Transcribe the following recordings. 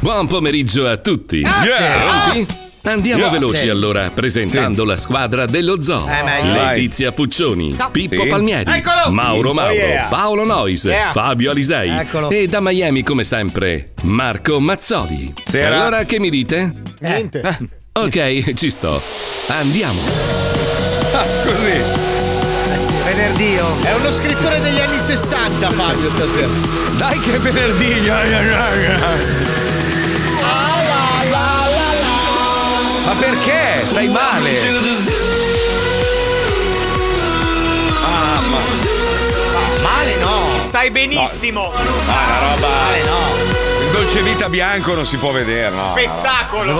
Buon pomeriggio a tutti. Grazie. Ah. Ah! Pronti? Andiamo Grazie. veloci allora, presentando la squadra dello zoo. Eh, meglio. Vai. Letizia Puccioni, No. Pippo Sì. Palmieri, Eccolo. Mauro Oh, Mauro, yeah. Paolo Nois, Yeah. Fabio Alisei Eccolo. e da Miami come sempre Marco Mazzoli. Sera. Allora che mi dite? Eh. Niente. Ok, ci sto. Andiamo. Ah, Così. Venerdì. È uno scrittore degli anni 60, Fabio, stasera. Dai che venerdì. Ma perché? Stai male. Ah, ma... Male no. Stai benissimo. benissimo. Ah, una roba. Male no. Il dolce vita bianco non si può vedere, no. Spettacolo.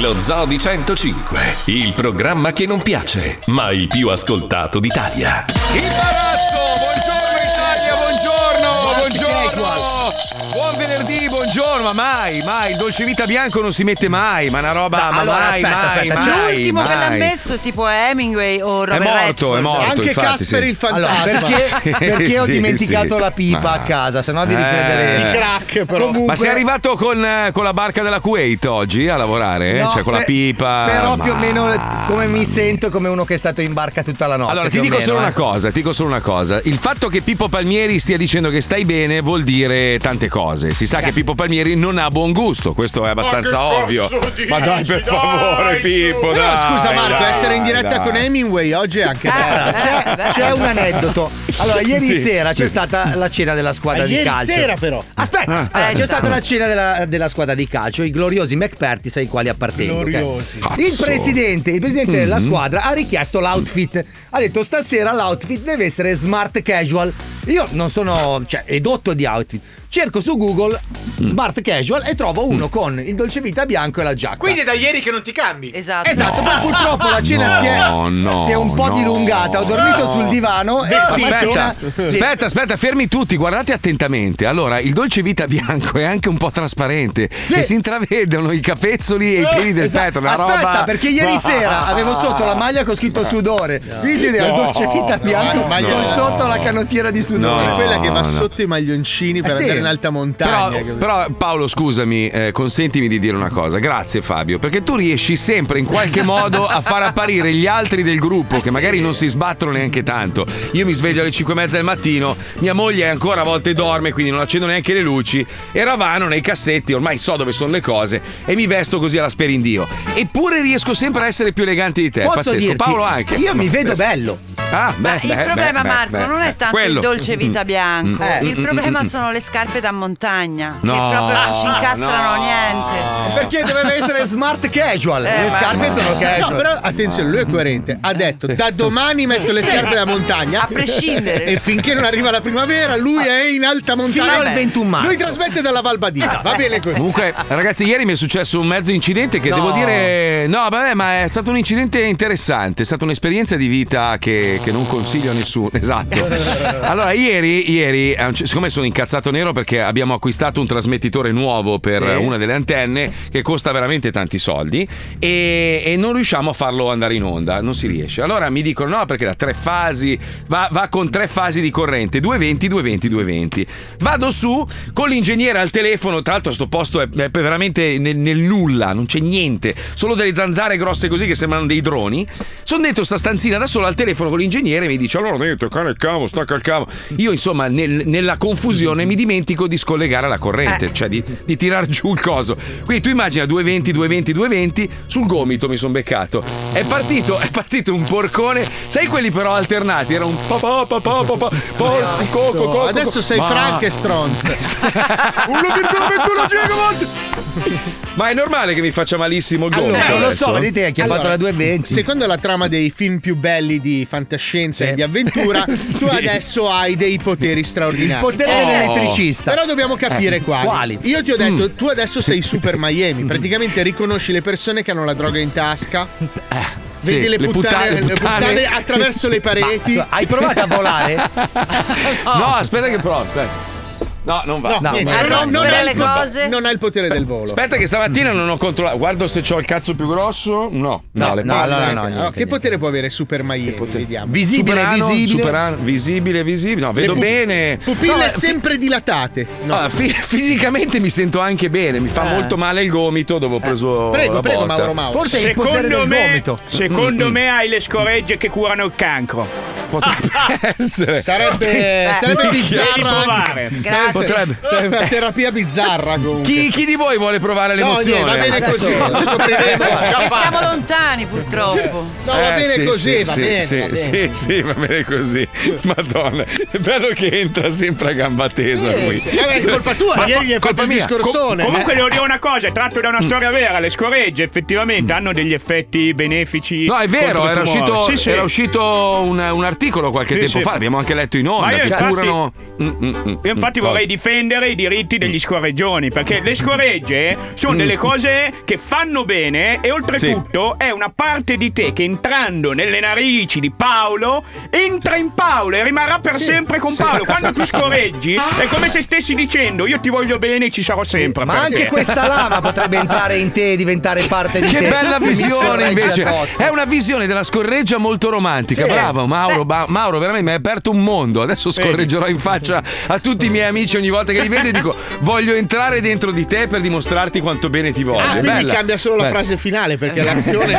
Lo Zoo di 105, il programma che non piace, ma il più ascoltato d'Italia. Buongiorno, buongiorno. Buon venerdì, buongiorno, ma mai, mai, il dolce vita bianco non si mette mai, ma una roba, ma allora, mai, aspetta, mai, aspetta, mai, L'ultimo che mai. l'ha messo è tipo Hemingway o Robert morto, Redford. è morto, Anche infatti, Casper sì. il fantasma. perché, perché ho Sì, dimenticato sì. la pipa Ma- a casa, sennò vi Eh. ricrederete. Il crack, però. Ma sei arrivato con, eh, con la barca della Kuwait oggi a lavorare? No, cioè con la per- pipa? Però più o ma- meno come mi sento, come uno che è stato in barca tutta la notte. Allora, ti più o dico meno, solo eh. una cosa, ti dico solo una cosa. Il fatto che Pippo Palmieri stia dicendo che stai bene vuol dire tante cose. Si sa che Pippo Palmieri non ha buon gusto, questo è abbastanza Ma che ovvio. cazzo dici? Ma dai, per Dai, favore, su. Pippo. Però, dai, scusa, Marco, dai, essere in diretta dai. con Hemingway oggi è Eh, Eh, anche bello. C'è, c'è un aneddoto. Allora, ieri Sì. sera c'è Sì. stata la cena della squadra Ma di ieri calcio. sera, però. Aspetta, Ah. allora, Eh, c'è già. stata la cena della, della squadra di calcio, i gloriosi McPertis ai quali appartengo. ok? Gloriosi. Il Cazzo. presidente, il presidente della Mhm. Eh, squadra ha richiesto l'outfit. Ha detto stasera l'outfit deve essere smart casual. Io non sono cioè, edotto di outfit. Cerco su Google smart casual e trovo uno con il dolcevita bianco e la giacca. Quindi è da ieri che non ti cambi. Esatto. Esatto, poi purtroppo la cena No, si, è, no, si è un po' no. dilungata. Ho dormito No. sul divano e Aspetta, stamattina. Sì. aspetta, aspetta, fermi tutti, guardate attentamente. Allora, il dolce vita bianco è anche un po' trasparente Sì. e si intravedono i capezzoli e i peli del Esatto. petto, una Aspetta, roba. perché ieri sera avevo sotto la maglia con scritto sudore. Quindi si vedeva il No, dolce vita no, bianco maglia- con sotto la canottiera di sudore. No, Quella che no. va Va sotto. sotto i maglioncini per Eh, sì. andare in alta montagna. Però, capito? però, Paolo, scusami, eh, consentimi di dire una cosa. Grazie Fabio, perché tu riesci sempre in qualche modo a far apparire gli altri del gruppo che magari non si sbattono neanche tanto. Io mi sveglio alle 5 e mezza del mattino, mia moglie ancora a volte dorme, quindi non accendo neanche le luci. E ravano nei cassetti, ormai so dove sono le cose, e mi vesto così alla sperindio. Eppure riesco sempre a essere più elegante di te. Posso pazzesco. dirti, Paolo anche. io mi vedo Pazzesco. bello. Ah, beh, Ma il beh, Il beh, problema, beh, Marco, beh, non è beh. tanto Quello. il dolce vita Mm. bianco. Eh. Il Mm, problema mm, mm, sono le scarpe da montagna. Che No, proprio non ci incastrano no. niente. Ah. Perché doveva essere smart casual. Eh, Le ma- scarpe sono casual. No, però attenzione, lui è coerente. Ha detto da domani metto Sì, le sì. scarpe da montagna. A prescindere. E finché non arriva la primavera, lui è in alta montagna. Fino al 21 marzo. Lui trasmette dalla Val Badisa. Va bene così. Comunque, ragazzi, ieri mi è successo un mezzo incidente che No. devo dire. No, vabbè, ma è stato un incidente interessante, è stata un'esperienza di vita che, che non consiglio a nessuno. Esatto. Allora, ieri, ieri, a un cer- siccome sono incazzato nero perché abbiamo acquistato un trasmettitore nuovo per Sì. una delle antenne che costa veramente tanti soldi e, e non riusciamo a farlo andare in onda, non si riesce. Allora mi dicono no perché da tre fasi, va, va con tre fasi di corrente, 220, 220, 220. Vado su con l'ingegnere al telefono, tra l'altro sto posto è, è veramente nel, nel nulla, non c'è niente, solo delle zanzare grosse così che sembrano dei droni. Sono dentro sta stanzina da solo al telefono con l'ingegnere e mi dice allora niente, cane il cavo, stacca il cavo. Io insomma nel- nella confusione mi dimentico di scollegare la corrente, cioè di, di tirar giù il coso. Quindi tu immagina 220, 220, 220, sul gomito mi sono beccato. È partito, è partito un porcone, sai quelli però alternati, era un po po po po po po porco, co, co, co, co. Adesso sei Ma- Frank e Stronz. 1,21 gigawatt! Ma è normale che mi faccia malissimo il gomito. Allora, adesso? Allora, Secondo la trama dei film più belli di fantascienza e di avventura, Sì. tu adesso hai dei poteri straordinari. Il potere Oh. dell'elettricista. Però dobbiamo capire Eh, quali. quali? Io ti ho detto, tu adesso sei Super Miami. Praticamente riconosci le persone che hanno la droga in tasca. sì, Vedi le, le puttane, puttane- le puttane puttane. attraverso le pareti. Ma, insomma, hai provato a volare? No, aspetta che provo. aspetta. No, non va. No, niente, va. non- non va. hai il- Non hai il potere del volo. Aspetta, che stamattina non ho controllato. Guardo se ho il cazzo più grosso. No, no, le palle- Allora, che potere può avere Super Miami? Vediamo. Visibile, visibile. visibile, visibile. No, vedo Le pu- bene. Pupille No, eh, sempre dilatate. No. Ah, fi- fisicamente mi sento anche bene, mi fa Eh. molto male il gomito dove ho preso. Prego, la prego, botta. Mauro Mauro. Forse secondo me, Secondo Mm, mm. me hai le scoregge che curano il cancro. essere. Sarebbe, Beh, sarebbe devi bizzarra. provare. anche- Grazie. Sarebbe, Potrebbe. sarebbe una terapia bizzarra. Comunque. Chi, chi di voi vuole provare No, eh, l'emozione? niente, va bene così, lo scopriremo. Eh, E siamo lontani purtroppo. No, va bene così, va bene, Sì, va bene. sì, sì, va bene così. Madonna, è bello che entra sempre a gamba tesa Sì, lui. sì. Eh, beh, è colpa tua, ieri gli hai colpa fatto il mia. discorsone. eh. Com- Mm. Comunque devo dire una cosa, è tratto da una storia vera, le scoregge effettivamente hanno degli effetti benefici. No, è vero, contro il era tumore. uscito, Sì, sì. era uscito un, un articolo qualche Sì, tempo sì. fa, l'abbiamo anche letto in Ma onda, io che infatti- curano... Mm, mm, mm, Io infatti mm, vorrei cosa. difendere i diritti Mm. degli scoreggioni, perché le scoregge sono delle cose che fanno bene e oltretutto è una parte di te che entrando nelle narici di Paolo entra in Paolo e rimarrà per Sì, sempre con sì. Paolo. Quando tu scoreggi è come se stessi dicendo io ti voglio bene e ci sarò sempre. Ah. Ma per te. anche questa lama potrebbe entrare in te e diventare parte di Che te. bella Se mi visione scorreggi invece. addosso. È una visione della scorreggia molto romantica. Sì. Bravo Mauro, Ba- Mauro, veramente mi hai aperto un mondo. Adesso scorreggerò in faccia a tutti i miei amici ogni volta che li vedo e dico voglio entrare dentro di te per dimostrarti quanto bene ti voglio. Ah, quindi Bella. cambia solo la Bella. frase finale perché l'azione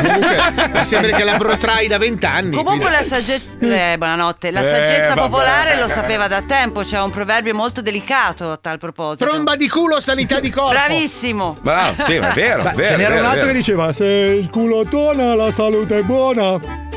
comunque mi sembra che la protrai da vent'anni. Comunque quindi- la saggezza. Eh, buonanotte. La Eh, saggezza vabbè. popolare lo sapeva da tempo. C'è un proverbio molto delicato a tal proposito. Tromba di culo, sanità di corpo. Bravissimo. Bravo, sì, ma è vero. Beh, vero, ce n'era vero, un altro vero. che diceva: Se il culo tona, la salute è buona.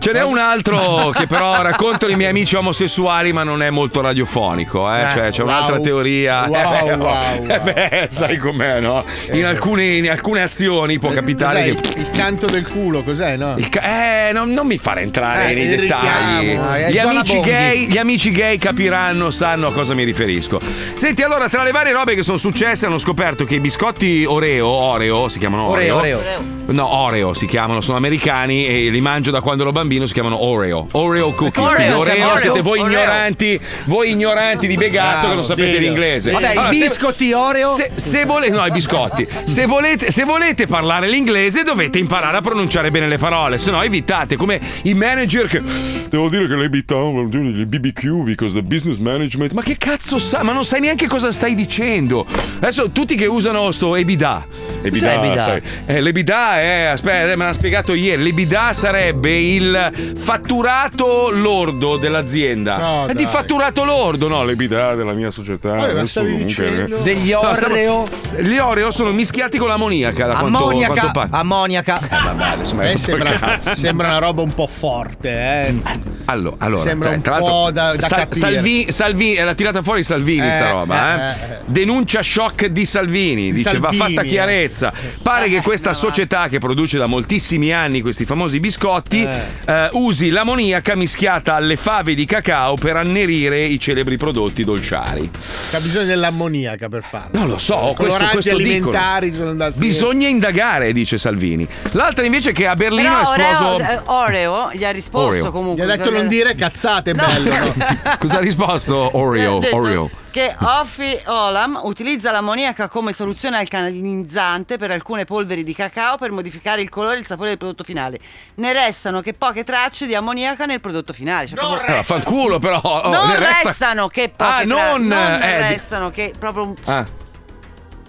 Ce n'è un altro che però racconto i miei amici omosessuali, ma non è molto radiofonico. eh. Eh, Cioè, c'è wow. un'altra teoria. Wow, Eh, beh, oh, wow, eh, beh, sai com'è, no? In alcune, in alcune azioni può capitare Cos'è, che. Il canto del culo, cos'è, no? Il ca- eh, non, non mi fare entrare Eh, nei il dettagli. richiamo, eh, gli, zona amici Bondi. gay, gli amici gay capiranno, sanno a cosa mi riferisco. Senti, allora, tra le varie robe che sono successe, hanno scoperto che i biscotti Oreo, Oreo si chiamano Oreo. Oreo, Oreo. Oreo. No, Oreo si chiamano, sono americani e li mangio da quando ero bambino, si chiamano Oreo. Oreo cookies. Oreo, Quindi che Oreo, Oreo, siete voi Oreo. ignoranti, voi ignoranti di Begato Bravo, che non sapete dillo, l'inglese. dillo. Vabbè, i se- biscotti Oreo? Se, se volete, no, i biscotti. Se volete, se volete parlare l'inglese dovete imparare a pronunciare bene le parole, se no evitate come i manager che devo dire che le vuol dire il BBQ because the business management. Ma che cazzo sa? Ma non sai neanche cosa stai dicendo. Adesso tutti che usano sto EBITDA. EBITDA, Cos'è EBITDA? sai. Eh, l'EBITDA è, aspetta, eh, me l'ha spiegato ieri, l'EBITDA sarebbe il fatturato lordo dell'azienda. No, è di dai. fatturato lordo, no, l'EBITDA della mia società. Vabbè, ma adesso stavi dicendo- Degli eh. No, stavo- Oreo? gli Oreo sono mischiati con l'ammoniaca, da quanto, Ammoniaca, quanto pare. ammoniaca. vabbè, adesso mi hai Eh, rotto il sembra, cazzo. sembra una roba un po' forte, eh. Allora, allora, Sembra cioè, un tra po' l'altro, da- da capire. Salvini, Salvini, eh, l'ha tirata fuori Salvini Eh, sta roba, eh, eh. eh, eh. Denuncia shock di Salvini, Di dice va Salvini, fatta eh. chiarezza. Pare che questa società che produce da moltissimi anni questi famosi biscotti eh, usi l'ammoniaca mischiata alle fave di cacao per annerire i celebri prodotti dolciari. C'ha bisogno dell'ammoniaca per farlo. Non lo so, questo- Coloranti questo alimentari sono da Bisogna indagare, dice Salvini. L'altra invece è che a Berlino Però è esploso Oreo, eh, Oreo gli ha risposto Oreo. comunque. Gli ha detto non dire cazzate, bello. no? Cosa ha risposto Oreo? Ha eh, detto Oh, Oreo. Che Offi Olam utilizza l'ammoniaca come soluzione alcalinizzante per alcune polveri di cacao per modificare il colore e il sapore del prodotto finale. Ne restano che poche tracce di ammoniaca nel prodotto finale. Cioè, proprio- Allora, fanculo però. oh, non ne resta- restano che poche Ah, tra- non, non eh, di- restano che proprio un- Ah.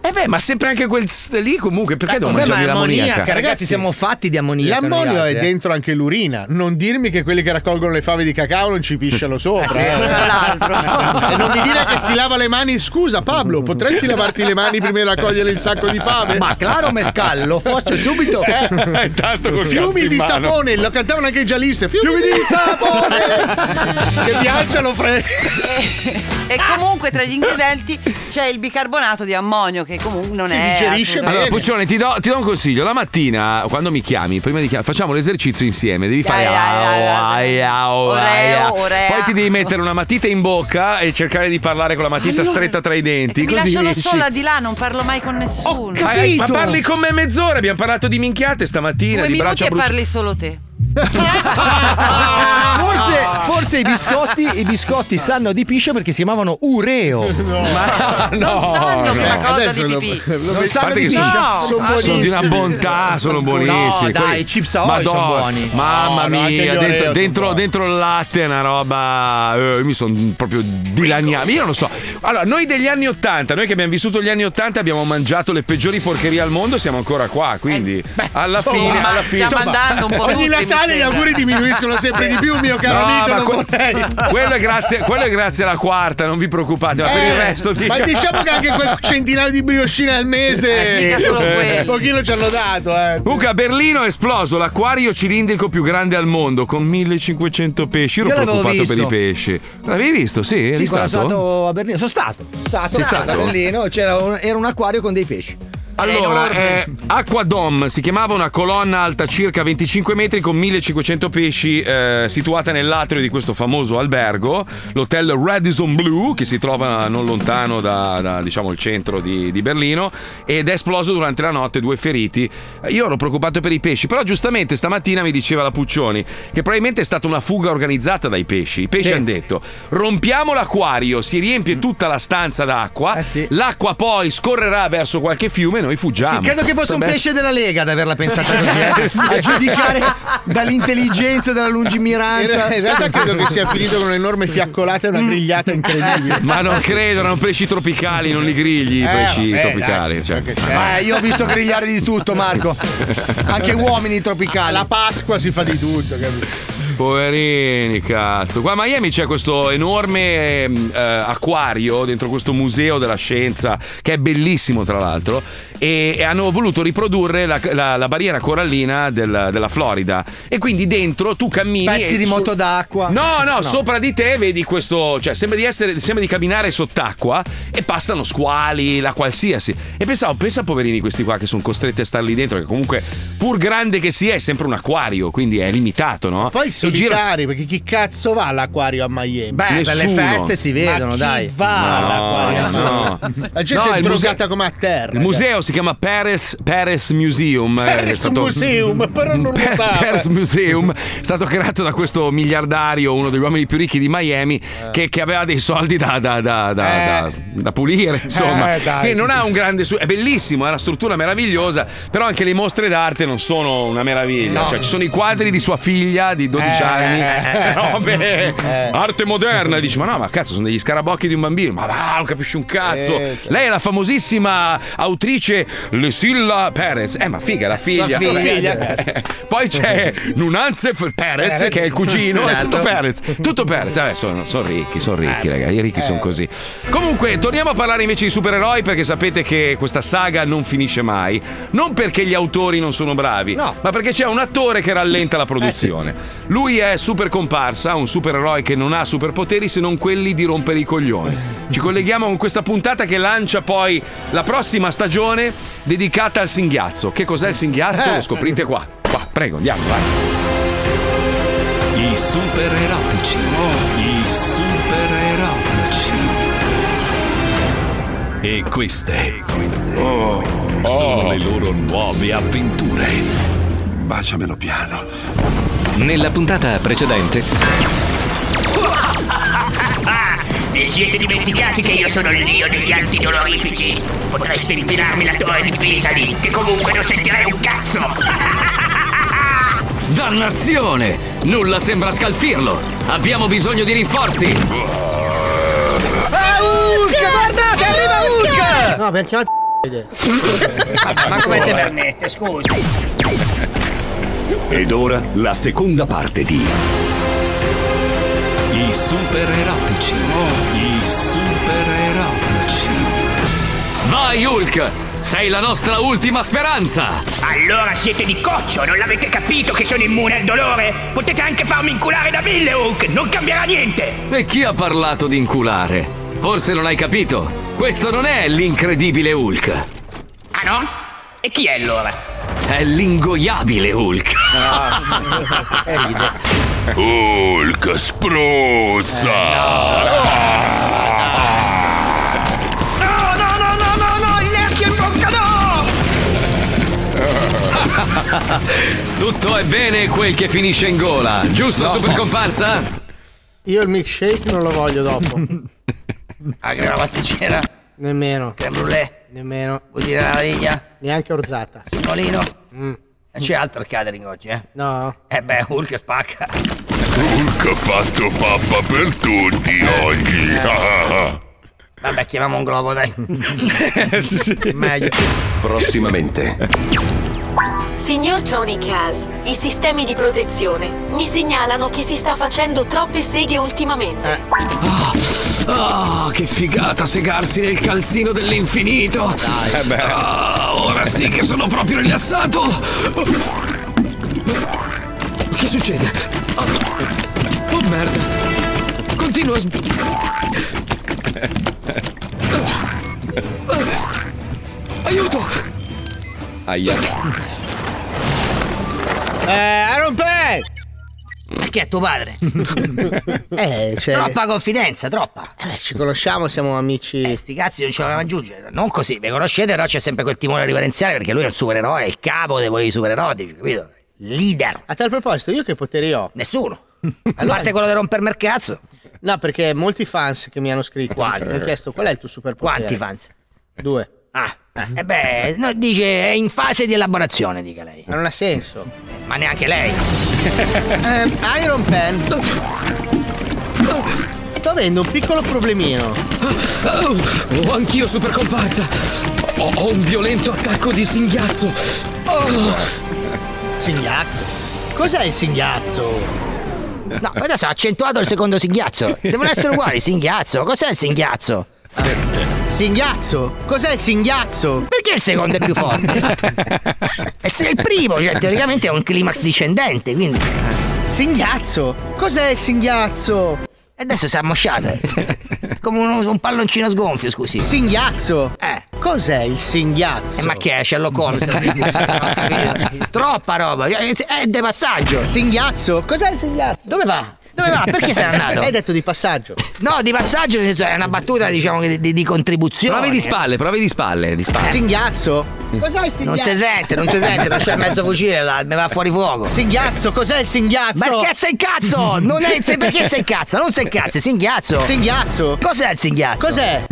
Eh beh, ma sempre anche quel st- lì comunque, perché devo Vabbè, mangiarmi ma l'ammoniaca? ammoniaca, ragazzi, siamo fatti di ammoniaca. L'ammonio noi è altri, eh. dentro anche l'urina. Non dirmi che quelli che raccolgono le fave di cacao non ci pisciano sopra. sì, eh. tra e non mi dire che si lava le mani. Scusa, Pablo, potresti lavarti le mani prima di raccogliere il sacco di fave? Ma claro, mescal, lo faccio subito. Eh, intanto col cazzo Fiumi in di mano. sapone, lo cantavano anche i Gialisse. Fiumi, di sapone! che piacciono, Fred. E comunque tra gli ingredienti c'è il bicarbonato di ammonio che comunque non Si è digerisce assolutamente- Allora, Puccione, ti do, ti do un consiglio. La mattina, quando mi chiami, prima di chiam- facciamo l'esercizio insieme. Devi Dai, fare. dai, dai, "Au, dai, au, au, Oreo, au". Orea. Poi ti devi mettere una matita in bocca e cercare di parlare con la matita stretta tra i denti. Mi Così lasciano riesci. Eh, sola di là, non parlo mai con nessuno. Ma, ma parli con me mezz'ora, abbiamo parlato di minchiate stamattina, Due di minuti braccia e bruciate. parli solo te. Forse, forse i biscotti, i biscotti sanno di piscio perché si chiamavano Ureo. Ma no, non sanno no. quella cosa Adesso di lo- pipì. Non sanno Guardate di che piscio. sono- sono sono Sono di una buonissimi. bontà, sono buonissimi. No, dai, Quelli- i chips Ahoy sono Madonna, buoni. Mamma No, no, anche mia, gli Oreo dentro, sono dentro, buoni. dentro il latte è una roba. eh, io mi sono proprio dilaniato. Io non lo so. Allora, noi degli anni 80, noi che abbiamo vissuto gli anni 80, abbiamo mangiato le peggiori porcherie al mondo, siamo ancora qua. Quindi, alla insomma, fine, ma alla fine. Eh, stiamo andando un po' Ogni tutti, mi Natale gli sembra. auguri diminuiscono sempre di più, mio caro No, amico. ma Non que- vorrei. quello, è grazie, quello è grazie alla quarta, non vi preoccupate, ma per il Eh, resto. ma dica- diciamo che anche quel centinaio di briochine al mese Eh, sì, che solo quelli. un pochino ci hanno dato eh. Comunque a Berlino è esploso l'acquario cilindrico più grande al mondo con 1500 pesci. Ero Io l'avevo preoccupato per visto. i pesci. L'avevi visto? Sì, eri Sì, quando stato? sono stato a Berlino. Sono stato. Sono stato, Sei stato a stato? Berlino. C'era un, era un acquario con dei pesci. Allora, enorme. eh, Aquadom si chiamava una colonna alta circa 25 metri con 1500 pesci eh, situata nell'atrio di questo famoso albergo, l'hotel Radisson Blue che si trova non lontano da, da, diciamo, il centro di, di Berlino ed è esploso durante la notte, due feriti. Eh, Io ero preoccupato per i pesci, però giustamente stamattina mi diceva la Puccioni che probabilmente è stata una fuga organizzata dai pesci. I pesci hanno detto rompiamo l'acquario, si riempie tutta la stanza d'acqua, Eh sì. l'acqua poi scorrerà verso qualche fiume e noi fuggiamo. Sì, credo che fosse un Ah, Vabbè. pesce della Lega ad averla pensata così. eh. A giudicare dall'intelligenza, dalla in, lungimiranza. re- in realtà credo che sia finito con un'enorme fiaccolata e una grigliata incredibile Ma non credo, erano pesci tropicali, non li grigli i Eh, pesci vabbè, tropicali. dai, cioè. so che c'è. Eh, io ho visto grigliare di tutto, Marco. Anche uomini tropicali. alla Pasqua si fa di tutto capito? Poverini, cazzo. Qua a Miami c'è questo enorme ehm, eh, acquario dentro questo museo della scienza, che è bellissimo tra l'altro, e, e hanno voluto riprodurre la, la- la barriera corallina del- della Florida. E quindi dentro tu cammini... Pezzi e di su- moto d'acqua. No, no, sopra di te vedi questo. Cioè, sembra di essere. Sembra di camminare sott'acqua e passano squali, la qualsiasi. E pensavo, pensa poverini questi qua che sono costretti a star lì dentro, che comunque, pur grande che sia, è sempre un acquario, quindi è limitato, no? poi E solitari perché chi cazzo va all'acquario a Miami Beh, nessuno. per le feste si Ma vedono, chi dai. va all'acquario a No, no. Miami? la gente No, è il drogata museo- come a terra Il museo si chiama Paris, Paris Museum. eh, ragazzi. è Eh, è un stato- museum però non Eh. lo sa Paris Museum è stato creato da questo miliardario, uno degli uomini più ricchi di Miami, che, che aveva dei soldi da, da- da- da- da- Eh. da pulire, insomma. Eh, dai. Quindi non ha un grande. su- è bellissimo, è una struttura meravigliosa, però anche le mostre d'arte non sono una meraviglia. Cioè, ci sono i quadri di sua figlia di 12 Eh. anni, robe, arte moderna. E Dici, ma no, ma cazzo, sono degli scarabocchi di un bambino, ma va, non capisci un cazzo. Eh, sì. Lei è la famosissima autrice Lucilla Perez. Eh, ma figa, la figlia. La figlia, Vabbè. cazzo. Eh, Poi c'è Nunanze F- Perez, che è il cugino, è tutto Perez. Tutto Perez. Vabbè, sono, sono ricchi, sono ricchi, ragazzi. I ricchi sono così. Comunque, torniamo a parlare invece di supereroi, perché sapete che questa saga non finisce mai. Non perché gli autori non sono bravi, No. ma perché c'è un attore che rallenta la produzione. Lui è super comparsa, un supereroe che non ha superpoteri se non quelli di rompere i coglioni. Ci colleghiamo con questa puntata che lancia poi la prossima stagione dedicata al singhiazzo. Che cos'è il singhiazzo? Lo scoprite qua. Qua, prego, andiamo, vai. I super erotici. I super erotici. E queste Oh. sono le loro nuove avventure. Baciamelo piano. Nella puntata precedente, Vi siete dimenticati che io sono il dio degli antidolorifici? Potreste infilarmi la torre di Pisani, che comunque non sentirei un cazzo! dannazione! Nulla sembra scalfirlo! Abbiamo bisogno di rinforzi! No, perché ho Ma come se permette, scusa? Ed ora la seconda parte di I super erotici. Oh. I super erotici. Vai Hulk! Sei la nostra ultima speranza! Allora siete di coccio, non l'avete capito che sono immune al dolore? Potete anche farmi inculare da mille Hulk, non cambierà niente! E chi ha parlato di inculare? Forse non hai capito. Questo non è l'incredibile Hulk. Ah no? E chi è allora? È l'ingoiabile Hulk. Hulk spruzza! Ah, No, no, no, no, no, no, gli occhi in bocca no! Tutto è è bene quel che finisce in gola, giusto, No. super comparsa? Io il milkshake non lo voglio dopo. Ah, Anche una pasticcera. Nemmeno. Creme brulee. Nemmeno. Vuol dire la vaniglia? Neanche orzata. Mm. Simolino. Non c'è altro al catering oggi, eh? No. Eh beh, Hulk spacca. Hulk ha fatto pappa per tutti oggi. Ah, Vabbè, chiamiamo un globo, dai. Meglio. Prossimamente. Signor Johnny Cas, i sistemi di protezione mi segnalano che si sta facendo troppe seghe ultimamente. Ah, che figata segarsi nel calzino dell'infinito! Eh Dai. Ah, ora sì che sono proprio rilassato! Che succede? Ah, Oh, oh, merda! Continua a sb... Aiuto! Aia. Eh, Aaron Pay! Perché è tuo padre? Eh, cioè. Troppa confidenza, troppa. Eh, ci conosciamo, siamo amici. Eh, sti cazzi non ci volevamo aggiungere. Non così, vi conoscete, però c'è sempre quel timone riverenziale perché lui è il supereroe, è il capo dei voi supererotici, capito? Leader. A tal proposito, io che poteri ho? Nessuno. A parte quello di rompermi il cazzo. No, perché molti fans che mi hanno scritto mi hanno chiesto qual è il tuo superpotere. Quanti fans? Due. Ah, eh beh, no, dice è in fase di elaborazione, dica lei. Ma non ha senso. Ma neanche lei. Ehm, Iron Pen. Sto avendo un piccolo problemino. Oh, anch'io super comparsa! Ho, ho un violento attacco di singhiazzo! Oh. Singhazzo? Cos'è il singhazzo? No, ma adesso ha accentuato il secondo singhiazzo. Devono essere uguali, singhiazzo. Cos'è il singhiazzo? Eh. Singhiazzo? Cos'è il singhiazzo? Perché il secondo è più forte? Eh, se è il primo, cioè teoricamente è un climax discendente, quindi. eh. Singhiazzo? Cos'è il singhiazzo? E adesso si è ammosciata. Come un, un palloncino sgonfio, scusi. Singhiazzo? Eh. Cos'è il singhiazzo? Eh, ma che è? Sherlock Holmes? Troppa roba, eh, è de passaggio. Singhiazzo? Cos'è il singhiazzo? Dove va? Dove va? Perché sei andato? Hai detto di passaggio. No, di passaggio nel senso, è una battuta, diciamo, che di, di contribuzione. Provi di spalle, provi di spalle, di spalle. Singhiazzo? Eh. Cos'è il singhiazzo? Non si sente, non si sente, non c'è mezzo fucile là, mi va fuori fuoco. Singhiazzo, cos'è il singhiazzo? Ma che sei cazzo? Non è, se- perché sei cazzo? Non sei cazzo, singhiazzo. Singhiazzo? Cos'è il singhiazzo? Cos'è?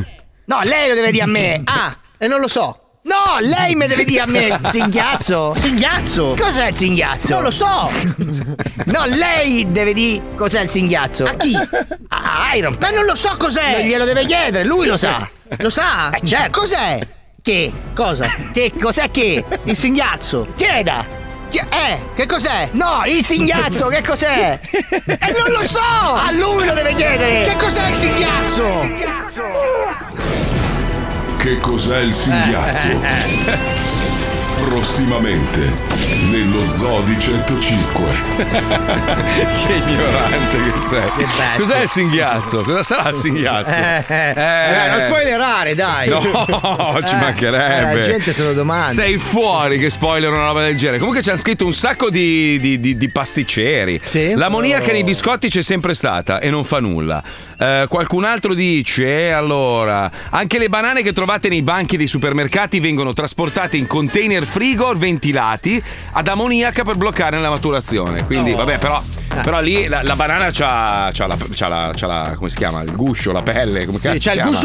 No, lei lo deve dire a me. Ah, e non lo so. No, lei mi deve dire a me, singhiazzo. Singhiazzo? Cos'è il singhiazzo? Non lo so! No, lei deve dire cos'è il singhiazzo. A chi? A Iron Man. Ma non lo so cos'è! Non glielo deve chiedere, lui lo sa. Lo sa? Eh, certo. Cos'è? Che? Cosa? Che cos'è che? Il singhiazzo! Chieda! Chi- eh, che cos'è? No, il singhiazzo, che cos'è? E Eh, non lo so! A lui lo deve chiedere! Che cos'è il singhiazzo? Che cos'è il Eh, singhiazzo? Prossimamente, nello zoo di 105. che ignorante che sei. bestia. Cos'è il singhiazzo? Cosa sarà il singhiazzo? Eh, eh. Vabbè, non spoilerare, dai. No, ci Eh, mancherebbe. la gente se lo domanda. Sei fuori che spoiler una roba del genere. Comunque c'hanno scritto un sacco di, di- di- di pasticceri. L'ammoniaca Oh. nei biscotti c'è sempre stata e non fa nulla. Eh, qualcun altro dice: eh, allora, anche le banane che trovate nei banchi dei supermercati vengono trasportate in container frigo ventilati ad ammoniaca per bloccare la maturazione. Quindi, vabbè, però. Eh. Però lì la, la banana c'ha, c'ha la, c'ha la- c'ha la- come si chiama? Il guscio, la pelle. Come cazzo si chiama?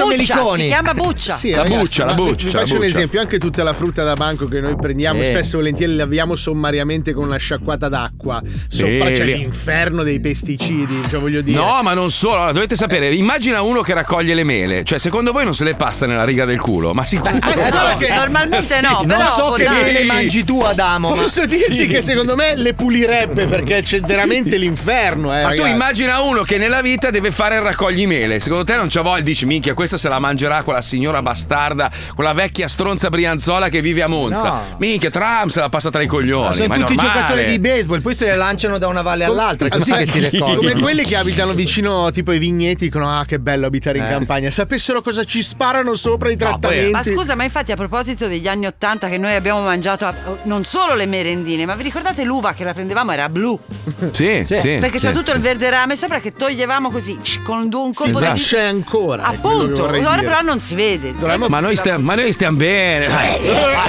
Si chiama buccia. Sì, La ragazzi, buccia, la ma vi- buccia, Vi la faccio un buccia. esempio: anche tutta la frutta da banco che noi prendiamo, Sì. spesso e volentieri laviamo sommariamente con una sciacquata d'acqua. Sopra c'è Sì. l'inferno dei pesticidi, cioè voglio dire. No, ma non solo. Allora, dovete sapere, immagina uno che raccoglie le mele. Cioè, secondo voi non se le passa nella riga del culo? Ma sicuro. adesso Guarda che- normalmente no, Sì. però non so può che dare. me le mangi tu, Adamo. ma- Posso dirti Sì. che secondo me le pulirebbe perché c'è veramente l'inferno. Eh, Ma tu ragazzi. immagina uno che nella vita deve fare il raccoglimele. Secondo te non c'ha voglia? Dici, minchia, questa se la mangerà quella signora bastarda, quella vecchia stronza brianzola che vive a Monza. No. Minchia, Trump se la passa tra i coglioni. Sono ma è tutti normale. giocatori di baseball, poi se le lanciano da una valle all'altra, è così Come- che si Ah, Come raccolgono. quelli che abitano vicino tipo ai vigneti dicono ah che bello abitare Eh. in campagna. Sapessero cosa ci sparano sopra Ah, i trattamenti. Ma scusa, ma infatti a proposito degli anni Ottanta che noi abbiamo mangiato a- non solo le merendine, ma vi ricordate l'uva che la prendevamo era blu? Sì. Sì, sì, sì, perché c'è sì. tutto il verde rame sopra che toglievamo così con du- un Sì, colpo esatto. di C'è ancora. Appunto, vorrei ora dire. però non si vede. Ma noi, stiamo, ma noi stiamo bene.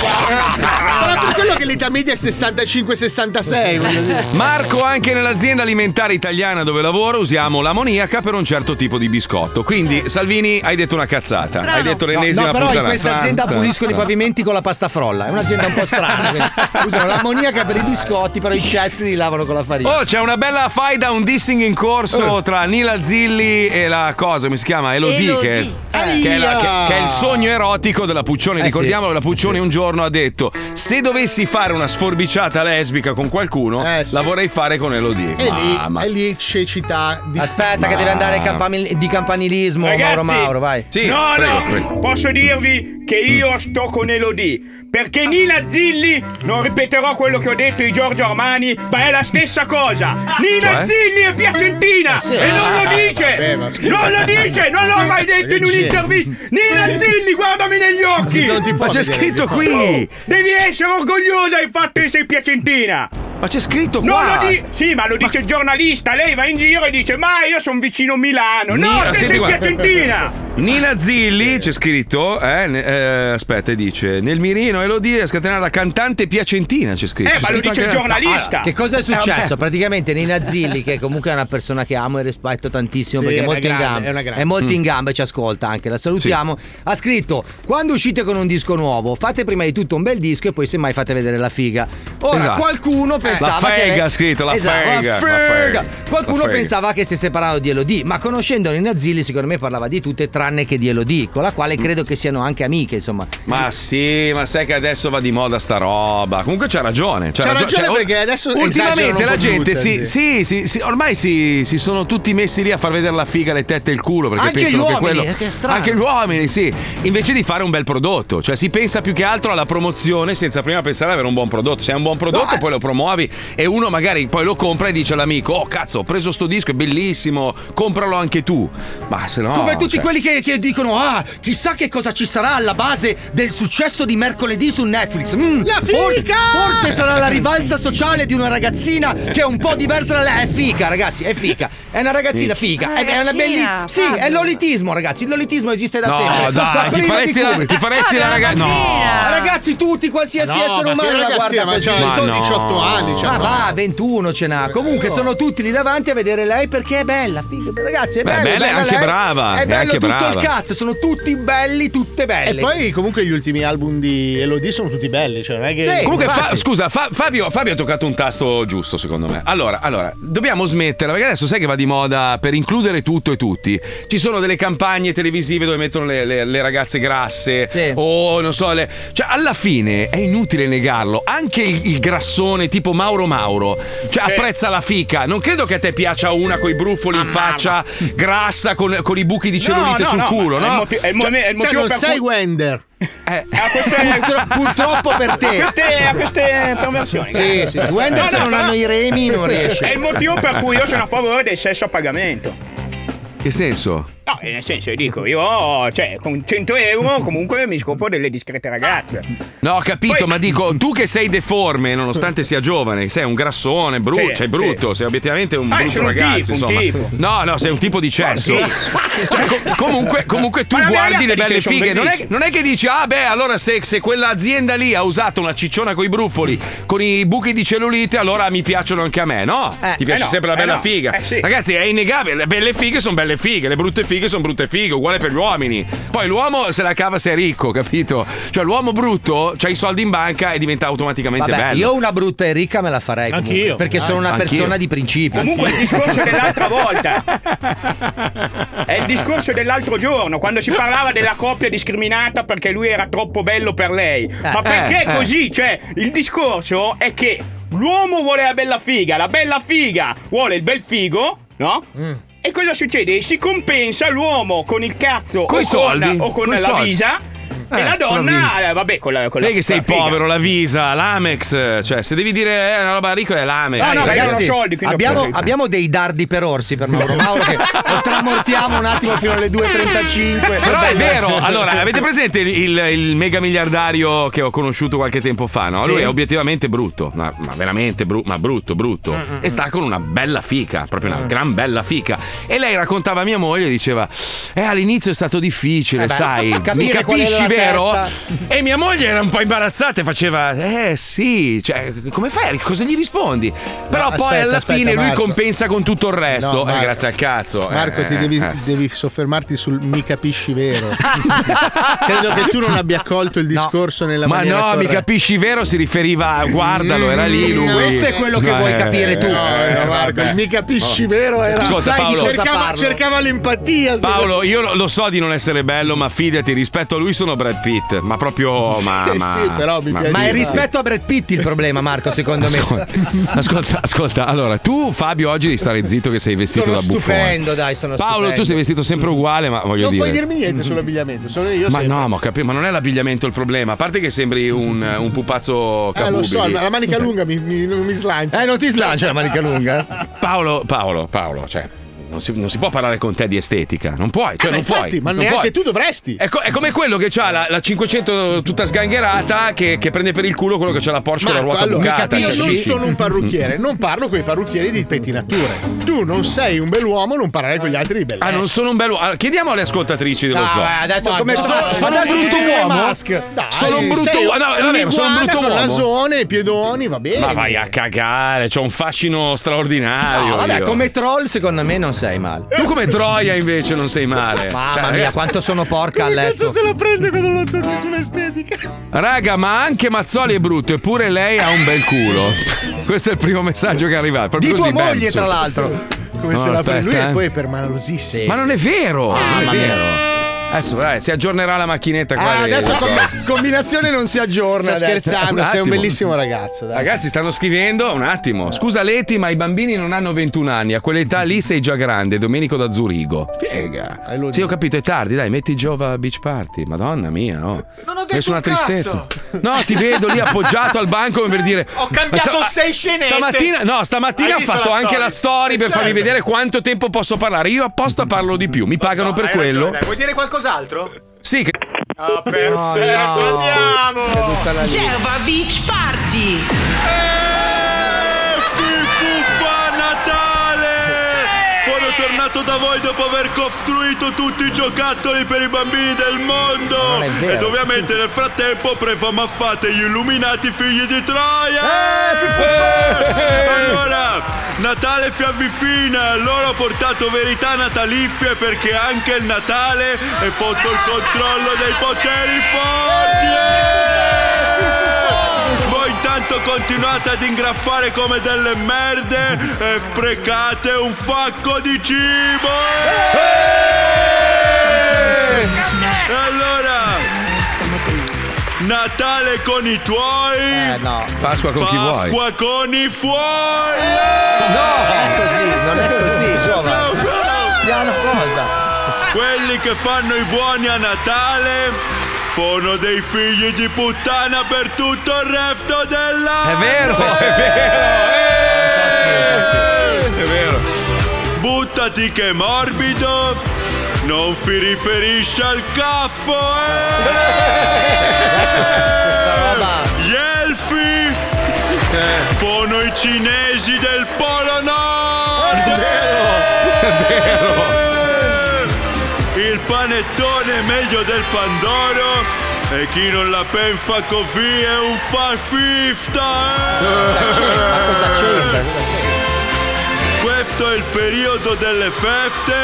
Sarà per quello che l'età media è 65-66. voglio dire. Marco, anche nell'azienda alimentare italiana dove lavoro usiamo l'ammoniaca per un certo tipo di biscotto. Quindi, Salvini, hai detto una cazzata. Hai detto l'ennesima No, però in puttanata. questa azienda Strano, puliscono i strano. pavimenti con la pasta frolla. È un'azienda un po' strana. quindi Usano l'ammoniaca per i biscotti, però i cessi li lavano con la farina. Oh, c'è una bella faida, un dissing in corso tra Nila Zilli e la cosa, come si chiama? Elodie, Elodie. Che, che è la- che- che è il sogno erotico della Puccioni. Eh, Ricordiamolo, la Puccioni un giorno ha detto: Se dovessi fare una sforbiciata lesbica con qualcuno, la vorrei fare con Elodie. E lì, Mamma. e lì cecità di Aspetta, che Ma- deve andare campanil- di campanilismo, Mauro Mauro, vai. no, no, posso dirvi che io sto con Elodie. Perché Nina Zilli, non ripeterò quello che ho detto di Giorgio Armani, ma è la stessa cosa. Nina Cioè? Zilli è piacentina Eh sì. e non lo Ah, dice, vabbè, ma scusa. non lo dice, non l'ho mai detto in Che genio. un'intervista. Nina Zilli, guardami negli occhi. Non ti può Ma c'è vedere, scritto non ti può. qui. Oh, devi essere orgogliosa del fatto che sei piacentina. Ma c'è scritto Non qua. lo di- sì, ma lo dice il giornalista. Lei va in giro e dice: Ma io sono vicino Milano. No, Nina, te senti sei qua. piacentina. Nina Zilli c'è scritto, eh, ne- eh, aspetta, e dice nel mirino Elodie a scatenare la cantante piacentina. C'è Eh, scritto, C'è scritto anche- Ah, Che cosa è Eh, successo? vabbè. Praticamente Nina Zilli, che comunque è una persona che amo e rispetto tantissimo Sì, perché è è una molto grande, in gamba, è una grande. molto in Mm. gamba e ci ascolta anche, la salutiamo. Ha scritto: Quando uscite con un disco nuovo, fate prima di tutto un bel disco e poi semmai fate vedere la figa. Ora Esatto. qualcuno Eh. pensava La che fega ha scritto, la Esatto, fega, la fega. fega. Qualcuno La fega. pensava che stesse parlando di Elodie, ma conoscendo Nina Zilli secondo me parlava di tutte tranne che di Elodie, con la Mm. quale credo che siano anche amiche, insomma. Ma sì, ma sai che adesso va di moda sta roba. Comunque c'ha ragione. C'ha, C'ha ragione cioè, perché adesso esagerano ultimamente un la po' più, gente si, intendi. sì, sì, sì, ormai si, si sono tutti messi lì a far vedere la figa, le tette e il culo. Perché Anche pensano gli che uomini, eh, quello- che strano. Anche gli uomini, sì. Invece di fare un bel prodotto, cioè si pensa più che altro alla promozione senza prima pensare ad avere un buon prodotto. Se hai un buon eh. prodotto, poi lo promuovi e uno magari poi lo compra e dice all'amico: Oh, cazzo, ho preso sto disco, è bellissimo, compralo anche tu. Ma se no. Come tutti cioè- quelli che, che dicono: Ah, chissà che cosa ci sarà alla base del successo di mercoledì su Netflix. Mm, La for- fica! forse sarà la rivalsa sociale di una ragazzina che è un po' diversa da lei. È fica, ragazzi, è fica. È una ragazzina Sì. figa. È, Una è una bellissima. ragazzina, Sì, è l'olitismo, ragazzi. Il L'olitismo esiste da No, dai, sempre. Da ti prima faresti di la- Kubrick. ti faresti la raga- no. Ragazzi, tutti, qualsiasi No, essere ma umano che la guarda ragazzina, ma così. cioè, c'ha- ma sono 18 anni, cioè, Ma no. va, 21 ce n'ha. Comunque, sono tutti lì davanti a vedere lei perché è bella, figa. Ragazzi, è Beh, bella. bella e anche lei. brava, È è bello anche tutto brava. il cast, sono tutti belli, tutte E belle. poi comunque gli ultimi album di Elodie sono tutti belli, cioè non è che... Comunque, fa- scusa, fa- Fabio, Fabio ha toccato un tasto giusto, secondo me. Allora, allora, dobbiamo smetterla, perché adesso sai che va di moda per includere tutto e tutti. Ci sono delle campagne televisive dove mettono le, le- le ragazze grasse, o non so, le- cioè, alla fine è inutile negarlo. Anche il, il grassone tipo Mauro Mauro, cioè, apprezza la fica. Non credo che a te piaccia una con i brufoli in faccia, grassa, con, con i buchi di cellulite no, sul no, culo, ma no? Cioè, è il motivo- Cioè, è il mo- è il motivo per cui- Eh. Wender. purtroppo per te. A queste, a queste perversioni. Sì, grazie. sì, sì. Wender se non però- hanno i remi non riesce. È il motivo per cui io sono a favore del sesso a pagamento. Che senso? No, eh, nel senso, io dico, io, cioè, con 100 euro comunque mi scopro delle discrete ragazze. No, ho capito, ma dico, tu che sei deforme, nonostante sia giovane, sei un grassone, brutto, Sì, sei brutto, sei obiettivamente un Ah, brutto sono un ragazzo, tipo, un insomma. tipo. No, no, sei un tipo di cesso. Cioè, co- comunque, comunque tu Ma la mia guardi le ragazza belle dice, "Sono fighe, non è, bellissimo". non è che dici, ah beh, allora se, se quell'azienda lì ha usato una cicciona con i brufoli, con i buchi di cellulite, allora mi piacciono anche a me, no? Eh, Ti piace eh no, sempre la eh bella no, figa. eh sì. Ragazzi, è innegabile, le belle fighe sono belle fighe, le brutte fighe sono brutte fighe, uguale per gli uomini. Poi l'uomo se la cava se è ricco, capito? Cioè l'uomo brutto c'ha i soldi in banca e diventa automaticamente Vabbè, bello. io una brutta e ricca me la farei comunque, Anch'io. perché sono una Anch'io. persona di principio. Comunque il discorso dell'altra volta è il discorso dell'altro giorno, quando si parlava della coppia discriminata perché lui era troppo bello per lei. Ma eh, perché eh. così? Cioè, il discorso è che l'uomo vuole la bella figa, la bella figa vuole il bel figo, no? Mm. E cosa succede? Si compensa l'uomo con il cazzo Coi o con, soldi, o con coi la soldi. Eh, visa. e la donna, eh, vabbè, con la. Con la Lei che sei con la figa. povero, la Visa, l'Amex, cioè se devi dire eh, una roba ricca è l'Amex. No, no, Dai, ragazzi, abbiamo, Sì. abbiamo dei dardi per orsi per Mauro Mauro che lo tramortiamo un attimo fino alle 2.35. Però è vero, allora avete presente il, il- il mega miliardario che ho conosciuto qualche tempo fa? No? Sì. Lui è obiettivamente brutto, ma, ma veramente bru- ma brutto, brutto. Mm, mm, e sta con una bella fica, proprio una Mm. gran bella fica. E lei raccontava a mia moglie, diceva, eh all'inizio è stato difficile, Eh beh, sai, mi capire qual è capisci la testa. vero? E mia moglie era un po' imbarazzata e faceva, eh sì, cioè come fai? Cosa gli rispondi? Però poi aspetta, alla aspetta, fine lui Marco. compensa con tutto il No, resto. eh, Marco. grazie al cazzo. eh, Marco, ti eh, devi, eh. devi soffermarti sul mi capisci vero. Credo che tu non abbia colto il discorso nella Ma maniera no, mi corretta. Mm, capisci vero? Si riferiva a guardalo, era lì lui. eh, Questo è quello che vuoi capire tu. No, no, Marco, il mi capisci vero era- Ascolta, Sai di Oh. Paolo, cercava- cercava l'empatia. Paolo, io lo- lo so di non essere bello, ma fidati, rispetto a lui sono Brad Pitt. Ma proprio. Sì, ma, ma- sì, però mi ma- piace. Ma è rispetto a Brad Pitt il problema, Marco, secondo me. Ascolta, ascolta, allora, tu, Fabio, oggi devi stare zitto che sei vestito Sono da buffone. stupendo, dai, sono Paolo, tu stupendo. sei vestito sempre uguale, ma voglio Non dire. puoi dirmi niente sull'abbigliamento, sono io ma sempre. no, ma ho capito, ma non è l'abbigliamento il problema. A parte che sembri un, un pupazzo Eh, lo capubili. so, la manica lunga mi, mi, non mi slancia. Eh, non ti slancia la manica lunga. Cioè, Paolo, Paolo, Paolo, cioè, non si, non si può parlare con te di estetica, non puoi, cioè, Eh, ma non infatti, puoi. ma non neanche puoi. tu dovresti. È, co- è come quello che ha la, la 500 tutta sgangherata che, che prende per il culo quello che ha la Porsche con la ruota allora, bucata. io cioè, non sì, sì. sono un parrucchiere, non parlo con i parrucchieri di pettinature. Tu non sei un bell'uomo, non parlerai con gli altri di bellezza. Ah, non sono un bello. Allora, chiediamo alle ascoltatrici dello Ah, zoo. beh, adesso Ma come so- sono- sono, adesso un brutto tutti le uomo? mask. Dai, sono un brutto sei- uomo. No, no, vabbè, sono un brutto con uomo. nasone, i piedoni, va bene. Ma vai a cagare, c'ho un fascino straordinario. No, vabbè, io. come troll secondo me non sei male. Tu come troia invece non sei male. Mamma Cioè, mia, ragazzi- quanto sono porca a letto. Ecco. se la prende quando lo tocchi sull'estetica? Raga, ma anche Mazzoli è brutto, eppure lei ha un bel culo. Questo è il primo messaggio che è arrivato. Di proprio tua così, bam, moglie, su. tra l'altro. Come No, se la prende lui aspetta, e eh. poi è permalosissimo. Ma non è vero! Ah, non ma è vero. Adesso dai, si aggiornerà la macchinetta Ah, qua. di- Ah, adesso di com- cose. combinazione non si aggiorna. adesso. Sto Un scherzando, sei un attimo. bellissimo ragazzo. Dai. Ragazzi, stanno scrivendo un attimo. Scusa Leti, ma i bambini non hanno 21 anni. A quell'età lì sei già grande. Domenico da Zurigo. Figa. Sì, ho capito, è tardi. Dai, metti Giova a Beach Party. Madonna mia, oh. Non ho detto Nessuna un cazzo. Eh, tristezza. No, ti vedo lì appoggiato al banco come per dire. Ho cambiato Ma sta- sei scenette. Stamattina, no, stamattina Hai ho visto fatto la anche story? la story per Certo. farvi vedere quanto tempo posso parlare. Io apposta parlo di più. Mi pagano per Hai quello. ragione, dai. Vuoi dire qualcos'altro? Sì, che. Ah, perfetto, no. andiamo! Geova Beach Party! Fuffa Natale! Sono tornato da voi dopo aver costruito tutti i giocattoli per i bambini del mondo! è vero. Ed ovviamente nel frattempo prefamaffate gli illuminati figli di Eh! Troia! Allora, Natale si avvicina, loro ho portato verità natalizie perché anche il Natale è sotto il controllo dei poteri forti! Voi intanto continuate ad ingraffare come delle merde e sprecate un facco di cibo! E Eh, allora... Natale con i tuoi! Eh no. Pasqua con chi vuoi. Pasqua con i fuori! No! Non è Eh! così, Giova. Piano cosa. Quelli che fanno i buoni a Natale sono dei figli di puttana per tutto il resto della. È vero, è vero! È vero! Buttati che è morbido non si riferisce al caffo! Questa roba! Gli elfi! Sono i cinesi del Polo Nord! eh. È vero! È vero! Il panettone è meglio del Pandoro e chi non la pensa così è un eh. farfifta! Ma cosa questo è il periodo delle feste,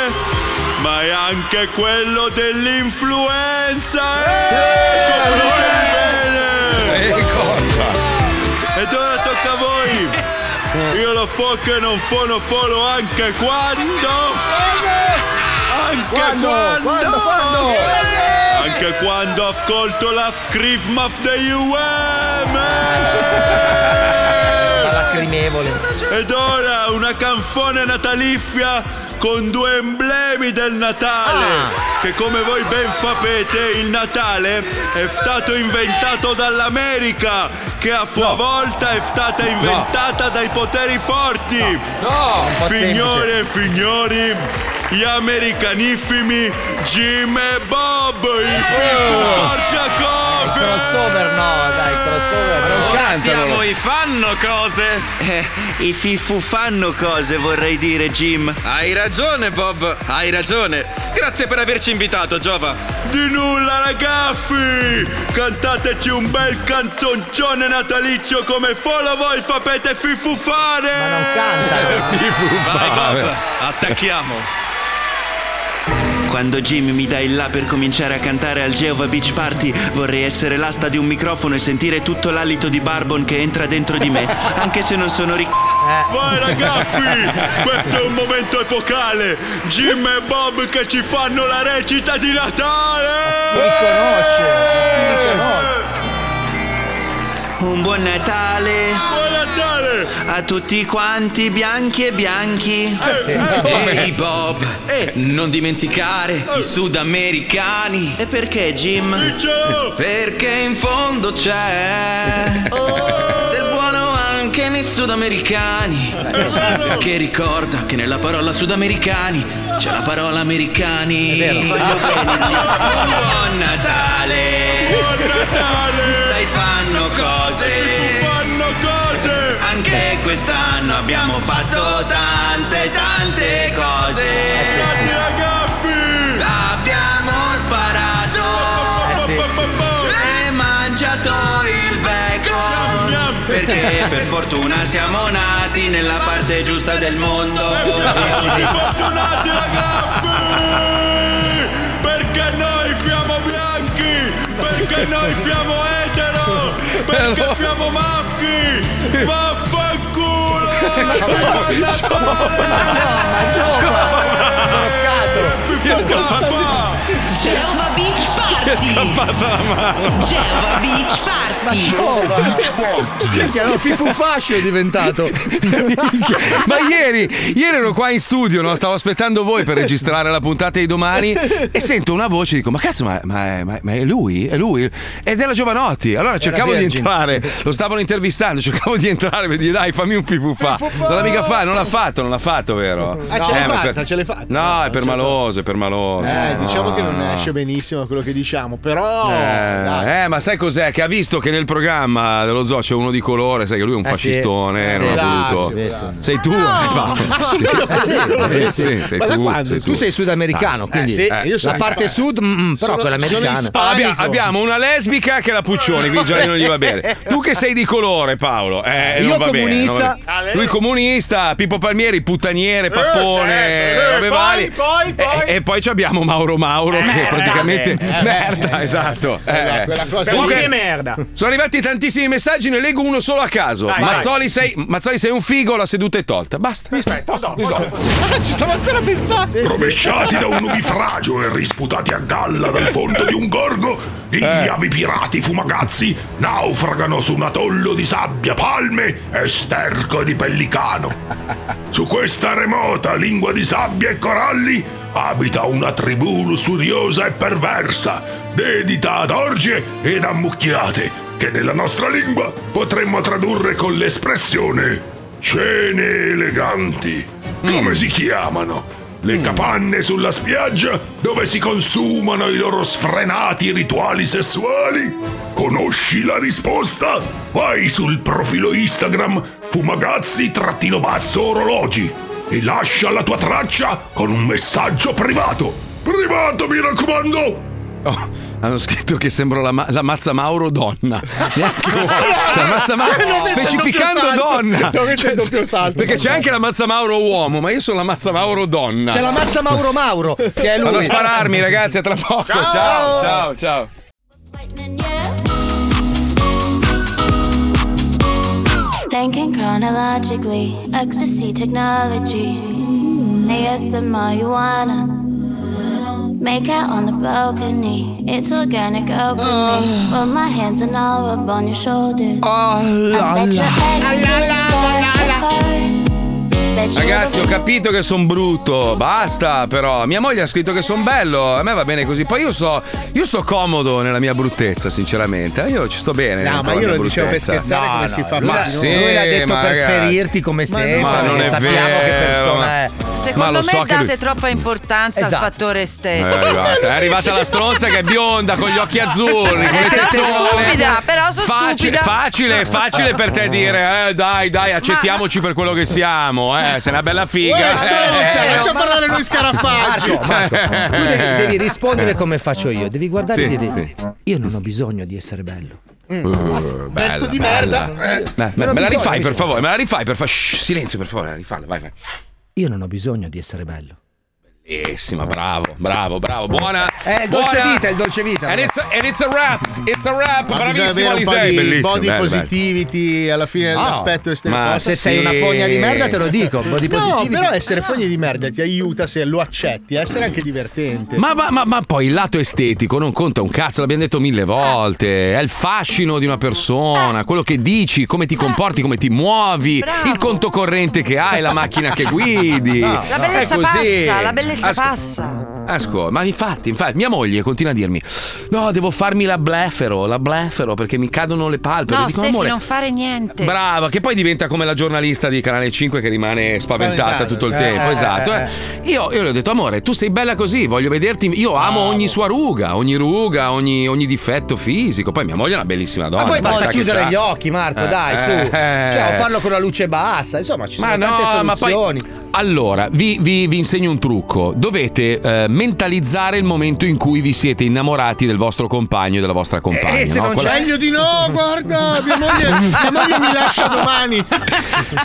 ma è anche quello dell'influenza. Eh, copritene Eh, bene! Ed ora tocca a voi! Io lo so che non sono solo anche quando! Anche quando! Anche quando ascolto la Christmas degli UM! lacrimevole. Ed ora una canzone natalifia con due emblemi del Natale. Ah. Che come voi ben sapete, il Natale è stato inventato dall'America, che a sua volta è stata inventata dai poteri forti. No, un po' signore e signori, gli americanissimi Jim e Bob, Oh. il film Forgia Cover. Crossover no, dai, crossover. Ora siamo i fanno cose. Eh, I fifu fanno cose, vorrei dire, Jim. Hai ragione, Bob. Hai ragione. Grazie per averci invitato, Giova. Di nulla ragazzi! Cantateci un bel canzoncione natalizio come solo voi sapete fifufare! Ma non Vai, Bob. Attacchiamo. Quando Jim mi dà il là per cominciare a cantare al Geova Beach Party, vorrei essere l'asta di un microfono e sentire tutto l'alito di Barbon che entra dentro di me, anche se non sono ricco. Vai ragazzi! Questo è un momento epocale! Jim e Bob che ci fanno la recita di Natale! Mi conosce! Mi conosce! Un buon Natale! Buon Natale! A tutti quanti bianchi e bianchi! Ehi, Ehi Bob! Non dimenticare i sudamericani! Eh. E perché Jim? Perché in fondo c'è del buono anche nei sudamericani! Che ricorda che nella parola sudamericani c'è la parola americani! Voglio bene, Jim. Buon Natale! Buon Natale! Dai fanno cose! Fanno cose! Anche quest'anno abbiamo fatto tante tante cose! Tanti ragazzi! Abbiamo sparato! E mangiato il bacon! Perché per fortuna siamo nati nella parte giusta del mondo! fortunati ragazzi! Perché noi siamo bianchi! Eh. Perché noi siamo etero! Perché siamo maschi! Vaffanculo! Buon Natale! Geova Beach Ti Party! è scappata la mano. Geova Beach Party! Minchia, no, fifufascio è diventato. Ma ieri, ieri ero qua in studio, no? stavo aspettando voi per registrare la puntata di domani e sento una voce dico: Ma cazzo, ma, ma- ma- ma è lui? È lui? Ed era Giovanotti. Allora cercavo di Virgin. entrare, lo stavano intervistando, cercavo di entrare per dire dai, fammi un fifufà. Non l'ha mica fatto, non l'ha fatto, non l'ha fatto, vero? Eh, Ah, ce l'hai ma fatta, ce l'hai fatta. Certo. No, è per maloso, è per maloso. Eh, No, diciamo che non no. esce benissimo quello che diciamo, però. Eh, eh, ma sai cos'è? Che ha visto che nel programma dello zoo c'è uno di colore, sai che lui è un Eh, sì. fascistone, Eh, non sì, ha voluto. grazie, grazie. Sei tu, eh, va. Sì. Eh, sì, sei Ma da tu, quando? sei tu. sei sudamericano, Dai. quindi Eh, sì, io sono la parte anche- sud, mm, mm, però Sono- quella americana. sono Abbia- abbiamo una lesbica che è la Puccioni, quindi già non gli va bene. Tu che sei di colore, Paolo. Eh, Io non va bene, comunista. non va bene. Lui comunista, Pippo Palmieri, puttaniere, pappone, certo, eh, robe poi, varie. poi, poi. E, e poi ci abbiamo Mauro Mauro che praticamente eh, merda, esatto. eh. quella cosa Comunque, lì è merda. Sono arrivati tantissimi messaggi, ne leggo uno solo a caso. Dai, Mazzoli, Sei, Mazzoli sei un figo, la seduta è tolta. Basta. Ah, ci stavo ancora pensando. Rovesciati da un nubifragio e risputati a galla dal fondo di un gorgo, gli avi pirati fumagazzi naufragano su un atollo di sabbia, palme e sterco di pellicano. Su questa remota lingua di sabbia e coralli abita una tribù lussuriosa e perversa, dedita ad orgie ed ammucchiate, che nella nostra lingua potremmo tradurre con l'espressione cene eleganti. Come si chiamano? Le capanne sulla spiaggia dove si consumano i loro sfrenati rituali sessuali? Conosci la risposta? Vai sul profilo Instagram fumagazzi-orologi e lascia la tua traccia con un messaggio privato. Privato, mi raccomando! Oh, hanno scritto che sembro la, ma- la mazza Mauro donna. Neanche uomo. la mazza Mauro Non messo il Cioè, specificando doppio salto. donna. Cioè, Non messo il doppio salto. Perché c'è anche la mazza Mauro uomo, ma io sono la mazza Mauro donna. C'è la mazza Mauro Mauro, che è lui. Vado a spararmi, ragazzi, a tra poco. Ciao. ciao, ciao. ciao. Thinking chronologically, ecstasy technology, ASMR you wanna. Make out on the balcony. It's organic, open me. But my hands are now up on your shoulders. I bet your ex is apart. Bet you Ragazzi, ho capito che son brutto, basta però. Mia moglie ha scritto che son bello, a me va bene così. Poi io sto, io sto comodo nella mia bruttezza, sinceramente. Io ci sto bene. No, nella ma mia io lo dicevo per bruttezza. scherzare come si fa Ma prima. sì, lui l'ha detto ma per ragazzi. ferirti come sempre, Ma non perché è sappiamo che vero, persona ma- è. ma lo Eh, Secondo me so che date lui- troppa importanza Esatto. al fattore È estetico. arrivata, è arrivata la stronza che è bionda con gli occhi azzurri. con le Eh, però sono tezzole. stupida, però sono facile, stupida. facile, facile per te dire, eh, dai, dai, accettiamoci per quello che siamo, eh, sei una bella figa. Uè, stronza, cioè, eh, lascia eh. parlare lui scarafaggi. Marco, Marco, tu devi, devi rispondere come faccio io. Devi guardare Sì, e dire: sì. Io non ho bisogno di essere bello. Mm. Mm. Uh, Testo bella, di bella. merda. Eh, me- Non ho me la bisogno, rifai mi per sono- favore, me la rifai per favore. Silenzio per favore, rifalla, vai, vai. Io non ho bisogno di essere bello. Bellissima, bravo, bravo, bravo. Buona. È il dolce buona. vita, è il dolce vita. And it's, a, and it's a rap, it's a rap. Ma bisogna Bravissimo, avere un po' Alisei. di Bellissimo, body bello, positivity alla fine No, dell'aspetto ma esterno. se sei una fogna di merda te lo dico, body No, positivity. però essere fogna di merda ti aiuta se lo accetti a essere anche divertente. Ma, ma- ma- ma poi il lato estetico non conta un cazzo, l'abbiamo detto mille volte. È il fascino di una persona, quello che dici, come ti comporti, come ti muovi, il conto corrente che hai, la macchina che guidi. No, la bellezza È così. passa, la bellezza Asco- passa. Ascolta, ma infatti, infatti, mia moglie continua a dirmi: No, devo farmi la blefero, la blefero perché mi cadono le palpebre. No, Dico, Stefi, amore, non fare niente. Brava, che poi diventa come la giornalista di Canale 5 che rimane spaventata Spaventata. tutto il Eh, tempo. eh, esatto. eh, eh. Io, io le ho detto, amore, tu sei bella così, voglio vederti. Io amo ogni sua ruga, ogni ruga, ogni, ogni difetto fisico. Poi mia moglie è una bellissima donna. Ma poi basta che chiudere c'ha- gli occhi, Marco, Eh, dai, su. eh, Cioè, o eh. farlo con la luce bassa. Insomma, ci sono Ma tante no, ma poi- soluzioni. Allora, vi, vi- vi insegno un trucco. Dovete eh, mentalizzare il momento in cui vi siete innamorati del vostro compagno e della vostra compagna. E Eh, se no? non Quella- c'è meglio di no, guarda, mia moglie, mia moglie mi lascia domani.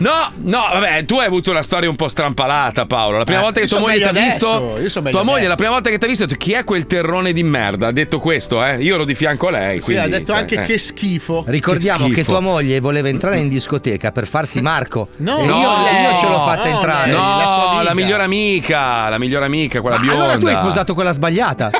No, no, vabbè, tu hai avuto una storia un po' strampalata, Paolo. La prima Eh, volta che io tua so moglie ti meglio ha visto. adesso, io so meglio tua moglie, adesso. la prima volta che ti ha visto, ha detto, chi è quel terrone di merda? Ha detto questo, eh. Io ero di fianco a lei. Sì, ha quindi, detto cioè, anche eh. che schifo. Ricordiamo che, schifo. tua moglie voleva entrare in discoteca per farsi Marco. No, e io, io ce l'ho fatta no, entrare. No, la sua la, amica. migliore amica, la migliore amica, quella bionda. Allora tu hai sposato quella sbagliata.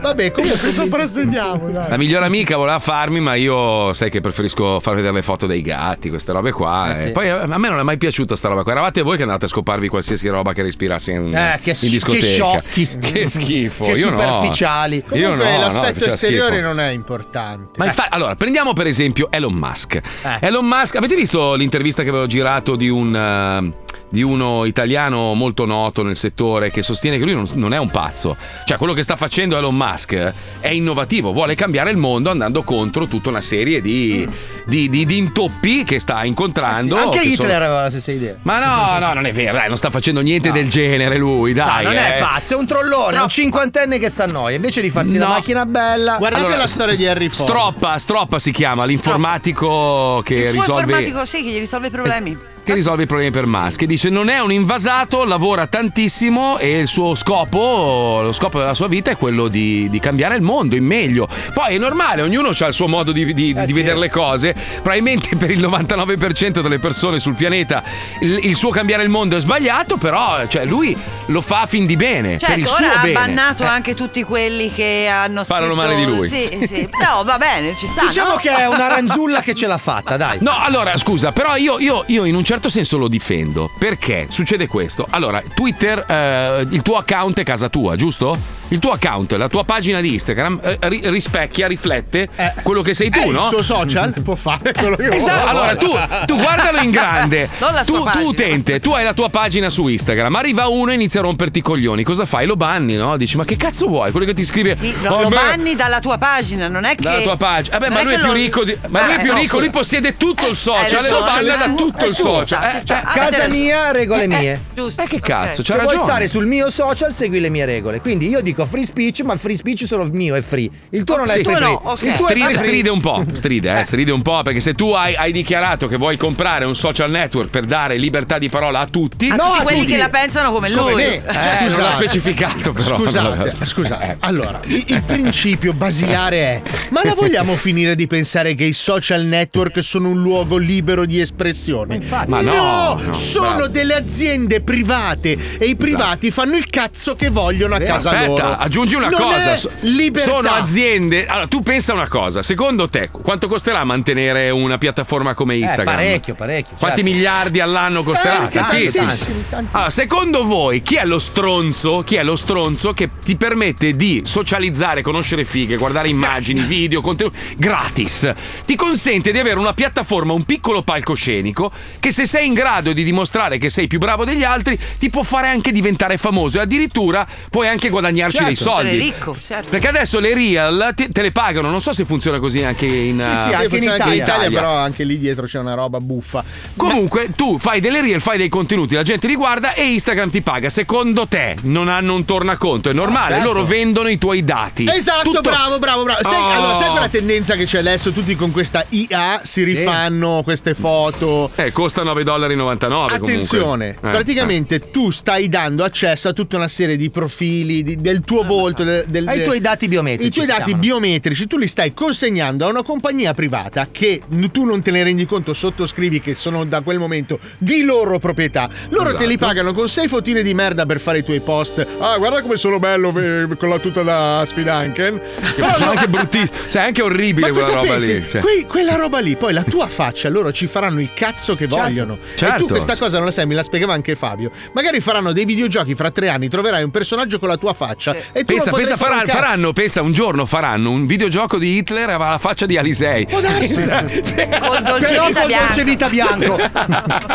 Vabbè, comunque soprassediamo, dai. La migliore amica voleva farmi, ma io sai che preferisco far vedere le foto dei gatti, queste robe qua. Ah, e sì. Poi eh, a a me non è mai piaciuta sta roba qua. Eravate voi che andate a scoparvi qualsiasi roba che respirasse in, Eh, che, in discoteca. che sciocchi. Che schifo. Che io no. superficiali. Io Comunque no, no, l'aspetto faceva esteriore schifo. non è importante. Ma infatti, allora, prendiamo per esempio Elon Musk. Elon Musk, avete visto l'intervista che avevo girato di un. eh, di uno italiano molto noto nel settore che sostiene che lui non, non è un pazzo. Cioè, quello che sta facendo Elon Musk è innovativo, vuole cambiare il mondo andando contro tutta una serie di, di, di- di intoppi che sta incontrando. Eh Anche che Hitler sono- aveva la stessa idea. Ma no, no, non è vero, dai, non sta facendo niente del genere lui, dai. non è eh. pazzo, è un trollone, è un cinquantenne che s'annoia. Invece di farsi la No. macchina bella. Guardate Allora, la storia di Harry Potter. Stroppa, Stroppa si chiama, l'informatico che Il suo risolve informatico sì che gli risolve i problemi. che risolve i problemi per Musk. E dice: Non è un invasato, lavora tantissimo e il suo scopo, lo scopo della sua vita è quello di, di cambiare il mondo in meglio. Poi è normale, ognuno ha il suo modo di, di- di vedere le cose. Probabilmente per il 99% delle persone sul pianeta il, il suo cambiare il mondo è sbagliato, però cioè, lui lo fa a fin di bene. per il Certo, suo ora ha bene. bannato Eh. anche tutti quelli che hanno scritto Parlano male di lui. Sì, sì. Però va bene, ci sta. Diciamo no? che è una ranzulla che ce l'ha fatta, dai. No, allora scusa, però io, io- io in un certo senso lo difendo. Perché succede questo? Allora, Twitter, eh, il tuo account è casa tua, giusto? Il tuo account, la tua pagina di Instagram eh, ri- rispecchia, riflette quello che sei tu, È Eh, il no? suo social può fare quello che Esatto, vuole. allora tu, tu guardalo in grande. Non la tu, sua tu pagina. utente, tu hai la tua pagina su Instagram, arriva uno e inizia a romperti i coglioni. Cosa fai? Lo banni, no? Dici, ma che cazzo vuoi? Quello che ti scrive. Sì, lo, "Oh, lo beh, banni dalla tua pagina, non è che. dalla tua pagina. Vabbè, ma non è lui è che più lo- ricco, di- ma lui è Eh, più no, ricco, scusa. lui possiede tutto il social, Eh, lo lo so, banna ci da sta, tutto il ci sta, social. ci Eh, sta. cioè, Casa mia, regole mie. Ma che cazzo, c'ha Se vuoi ragione. stare sul mio social, segui le mie regole. Quindi io dico free speech, ma il free speech solo mio è free. Il tuo non è Oh, Sì, free. Sì, Il tuo è stride, free. stride un po', stride, eh, stride un po', perché se tu hai, hai dichiarato che vuoi comprare un social network per dare libertà di parola a tutti, A tutti quelli che la pensano come Come lui. Certo, me. Eh, non l'ha specificato, però. Scusate, scusate. Allora, i- il principio basilare è: ma la vogliamo finire di pensare che i social network sono un luogo libero di espressione? Ma no, no, sono bravo. Esatto. delle aziende private e i privati fanno il cazzo che vogliono a casa Eh, Aspetta, loro. aggiungi una Non cosa. è so- libertà. Sono aziende. Allora, tu pensa una cosa, secondo te quanto costerà mantenere una piattaforma Eh, come Instagram? Eh, parecchio, parecchio. Quanti certo. miliardi all'anno costerà? Tanti, Tantissimi. tantissimi, Allora, secondo voi chi è lo stronzo? Chi è lo stronzo che ti permette di socializzare, conoscere fighe, guardare immagini, video, contenuti gratis? Ti consente di avere una piattaforma, un piccolo palcoscenico che se sei in grado di dimostrare che sei più bravo degli altri, ti può fare anche diventare famoso e addirittura puoi anche guadagnarci dei soldi. Sei ricco, certo. Perché adesso le real te, te le pagano, non so se funziona così anche in Sì, sì, eh, anche in, Italia. però anche lì dietro c'è una roba buffa. Comunque, tu fai delle reel, fai dei contenuti, la gente li guarda e Instagram ti paga. Secondo te non hanno un tornaconto, è normale, certo. loro vendono i tuoi dati. Esatto, Tutto- bravo, bravo, bravo. Sai, Oh. allora, sai quella tendenza che c'è adesso? Tutti con questa IA si rifanno queste foto. Eh, costa 9,99 dollari. Eh, Attenzione, praticamente tu stai dando accesso a tutta una serie di profili di- del tuo volto, del, del- Ai Ah, tuoi dati biometrici I tuoi si dati chiamano. biometrici tu li stai consegnando a una compagnia privata che n- tu non te ne rendi conto, sottoscrivi che sono da quel momento di loro proprietà. Loro te li pagano con sei fotine di merda per fare i tuoi post. Ah, guarda come sono bello eh, con la tuta da Sfidanken. Però sono no- anche bruttissimo, cioè è anche orribile ma quella cosa roba pensi? lì. cioè. Quei- quella roba lì, poi la tua faccia, loro ci faranno il cazzo che Certo, vogliono. E certo. tu questa cosa non la sai, me la spiegava anche Fabio. Magari faranno dei videogiochi fra tre anni, troverai un personaggio con la tua faccia. Eh. E tu Pensa, non potrai pensa, fare faranno, un cazzo. faranno- pensa, un giorno faranno un videogioco di Hitler alla faccia di Alisei. Può darsi. Cioè, Con Dolce Però Vita con Bianco. dolce vita bianco.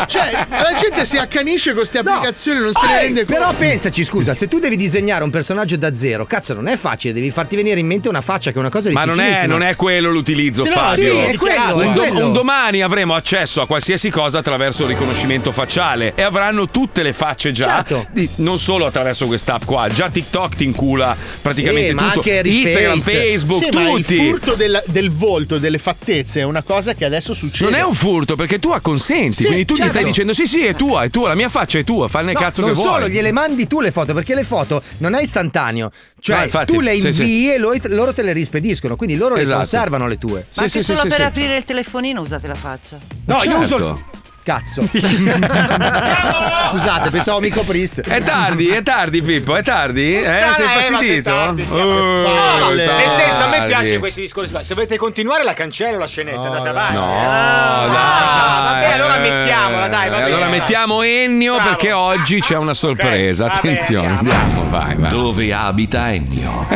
cioè, la gente si accanisce con queste applicazioni, non se ne Eh, rende conto. Però pensaci, scusa, se tu devi disegnare un personaggio da zero, cazzo, non è facile, devi farti venire in mente una faccia che è una cosa Ma non è, difficilissima. non è quello l'utilizzo, Sì, no, Fabio. sì, è quello, è un, quello. un domani avremo accesso a qualsiasi cosa attraverso il riconoscimento facciale e avranno tutte le facce già. Certo. di- non solo attraverso quest'app qua, già TikTok ti incula praticamente Eh, ma tutto. anche Reface. Instagram, Facebook, Sì, ma il tutti. furto del, del volto, delle fattezze, è una cosa che adesso succede. Non è un furto perché tu acconsenti, Sì, quindi tu gli stai certo. dicendo sì sì è tua, è tua, la mia faccia è tua, fanne il No, cazzo non che vuoi. solo, gliele mandi tu le foto, perché le foto non è istantaneo. Cioè, No, infatti, tu le sì, invii sì. e lo- loro te le rispediscono, quindi loro le Esatto. conservano le tue. Ma anche solo per aprire Cioè il telefonino usate la faccia. No, io uso Certo. il cazzo. Scusate, pensavo mi copriste. È tardi, è tardi Pippo, è tardi? Eh, sei Oh, fastidito? Eh, No, nel senso, a me piace piace questi discorsi. qua. Se volete continuare, la cancello la scenetta. andate avanti. No, Ah, vabbè, allora mettiamola, dai, va Eh, bene. Allora mettiamo Ennio perché oggi c'è una sorpresa. Attenzione, andiamo, vai, vai. Dove abita Ennio?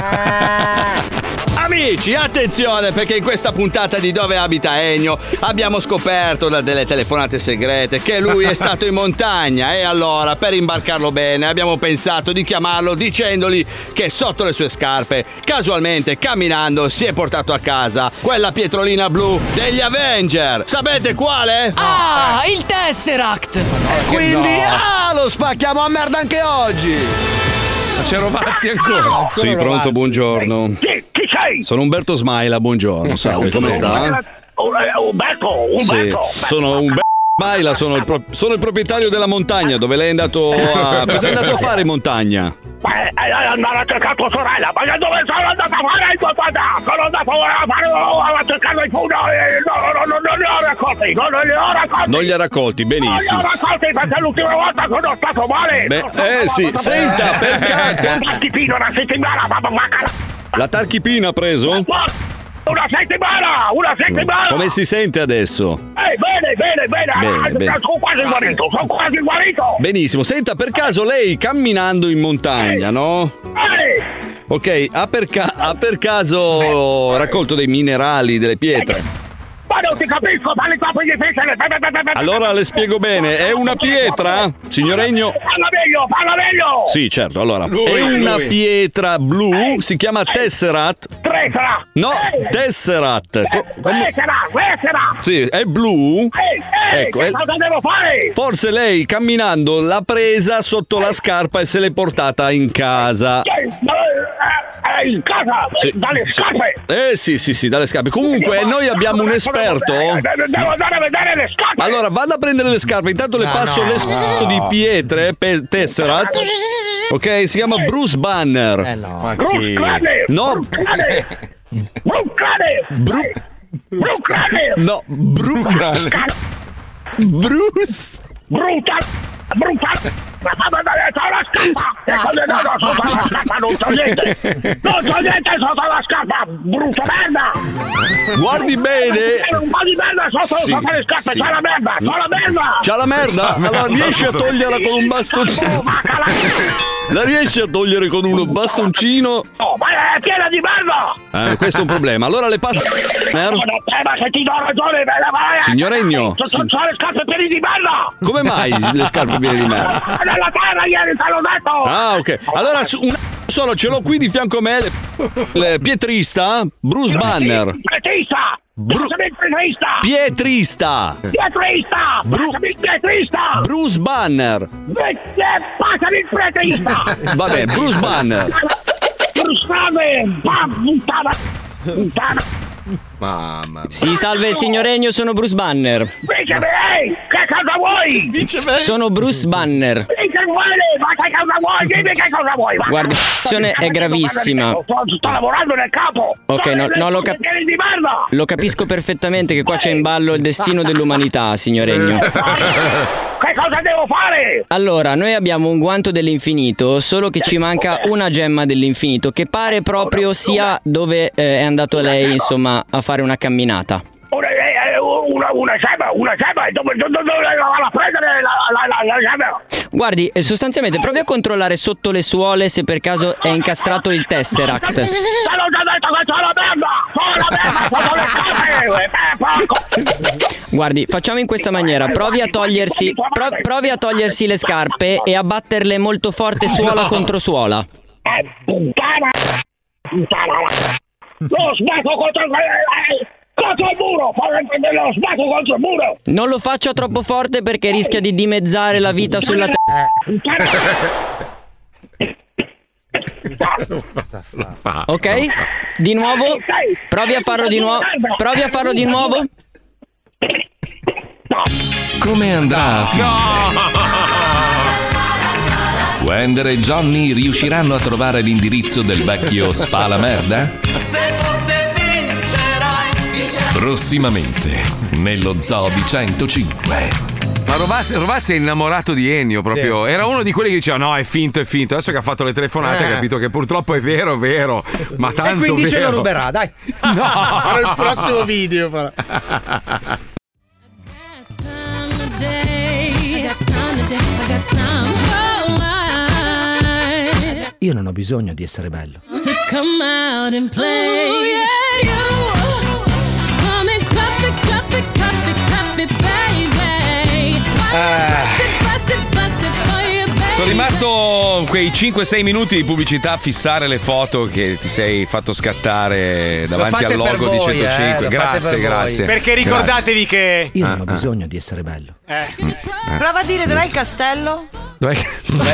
Amici, attenzione perché in questa puntata di Dove abita Ennio abbiamo scoperto da delle telefonate segrete che lui è stato in montagna e allora per imbarcarlo bene abbiamo pensato di chiamarlo dicendogli che sotto le sue scarpe casualmente camminando si è portato a casa quella pietrolina blu degli Avenger. Sapete quale? Ah, Eh. il Tesseract! E Eh, quindi ah, lo spacchiamo a merda anche oggi. Ma c'è Rovazzi ancora. Sì, pronto, buongiorno. Chi, chi sei? Sono Umberto Smaila, buongiorno, salve, come sta? Umberto, Sì, Umberto. sono un be- Baila, sono il, pro- sono il proprietario della montagna dove lei è andato a. Cosa è andato a fare in montagna? Ma è, è andare a cercare tua sorella, ma io dove sono andato a fare il tuo padre? Sono andato a fare a cercare il fondo e no, no, no, no, non li ho raccolti, no, non li ho raccolti. Non li ha raccolti, Non li ho benissimo. raccolti perché l'ultima volta sono stato male. Beh, Sono stato eh sì, senta, Un peccato. battitino una settimana, mamma, ma La tarchipina ha preso? una settimana, una settimana. Come si sente adesso? Eh, bene, bene, bene, Bene, ah, bene. sono quasi guarito, sono quasi guarito. Benissimo, senta per caso lei camminando in montagna, no? Eh, Ok, ha per, ca- ha per caso raccolto dei minerali, delle pietre? ma non ti capisco, parli troppo difficile. Allora le spiego bene, è una pietra? Signor Egno? Parla meglio, parla meglio. Sì, certo, allora. Lui, è una lui. pietra blu, si chiama Tesserat. Tresera. No, Eh. Tesserat. Co- come- Tresera, tresera. Sì, è blu. Eh, eh, Ecco, che è- cosa devo fare? Forse lei camminando l'ha presa sotto la scarpa e se l'è portata in casa. Eh, eh, eh, in casa, Ah. Sì, dalle sì. scarpe. Eh sì, sì, sì, dalle scarpe. Comunque, noi abbiamo un esperto. Devo andare a vedere le scarpe. Allora, vado a prendere le scarpe. Intanto le No, passo no, l'esperto no. di pietre, pe- Tesserat. Ok, si chiama Bruce Banner. Eh no. Bruce Banner, No, Bruce Banner. Bruce Banner. Bruce Banner. no, Bruce. Bruce! Bruta! Bruta! Ma fammi andare sotto la scarpa! E quando no, no, sotto la scarpa non ah. so niente! Non so niente sotto la scarpa! Brutta merda! Guardi bene! Era un po' di merda sotto, Sì, sotto le scarpe! sì. C'è la merda! C'è la merda! C'ha la merda? Allora riesci a toglierla con un Oh, bastoncino? La riesci a togliere con uno bastoncino? No, Oh, ma è piena di merda! Eh, questo è un problema. Allora le patte. Eh, ma se ti do ragione, me la vai! Signoregno, Sono sono- sono le scarpe piene di merda! come mai le scarpe piene di merda? Ma Nella terra ieri te l'ho detto! Ah, ok. Allora su- un solo ce l'ho qui di fianco a me. le- il eh, pietrista? Bruce Banner. Pietista! Bruciami il pietista! Pietrista. Pietrista! Bruciami il pietrista! Bruce Banner. Passami il pietrista! Vabbè, Bruce Banner. Bruciami! Puttana! Puttana! Mamma mia. Sì, salve signoregno, sono Bruce Banner. Dicemi, ehi! Che cosa vuoi? Dicemi! Sono Bruce Banner. Che vuoi? Ma che cosa vuoi? Dimmi che cosa vuoi! Ma- Guarda, la situazione è gravissima. Sto, sto lavorando nel capo! Ok, no, no, lo, cap- Pieni di merda! lo capisco perfettamente che qua c'è in ballo il destino dell'umanità, signoregno. Che cosa devo fare? Allora, noi abbiamo un guanto dell'infinito, solo che ci manca una gemma dell'infinito, che pare proprio sia dove eh, è andato lei, insomma, a fare una camminata. Una, eh, eh, una, una gemma, una gemma, e dove, dove, dove la, la, la prendere la, la, la, la gemma? Guardi, eh, sostanzialmente provi a controllare sotto le suole se per caso è incastrato il Te Tesseract. l'ho già detto che c'è la merda! Fa la merda, fa le scarpe! eh, porco! Guardi, facciamo in questa maniera, provi a togliersi, pro- provi a togliersi le scarpe e a batterle molto forte suola No. contro suola. Eh, puttana! Puttana! Lo sbatto contro il... eh, eh, Contro il muro! Fa- eh, Lo sbatto contro il muro! Non lo faccia troppo forte perché rischia di dimezzare la vita sulla terra. Ok? Di nuovo? Provi a farlo di nuovo. Provi a farlo di nuovo. Come andrà a finire? Wender e Johnny riusciranno a trovare l'indirizzo del vecchio spala merda? Se forte vincerai, vincerai. Prossimamente, nello Zoo di 105. Ma Rovazzi, Rovazzi è innamorato di Ennio proprio. Era uno di quelli che diceva: No, è finto, è finto. Adesso che ha fatto le telefonate, Eh. ha capito che purtroppo è vero, è vero. Ma tanto. e quindi ce lo vero. ruberà, dai. No. Farò il prossimo video. farò. Io non ho bisogno di essere bello. To come out and play. Ooh, yeah, you. Come and cup it, cup it, cup it, cup it, baby. Ah. Bust it, bust it for you, baby. Sono rimasto quei 5-6 minuti di pubblicità a fissare le foto che ti sei fatto scattare davanti fate al per logo di voi, 105. eh, lo fate grazie, per voi. grazie. Perché Grazie. ricordatevi che. Io non Ah, Mm, ho eh. ah. bisogno di essere bello. Eh. Prova a dire dov'è il castello? Dov'è,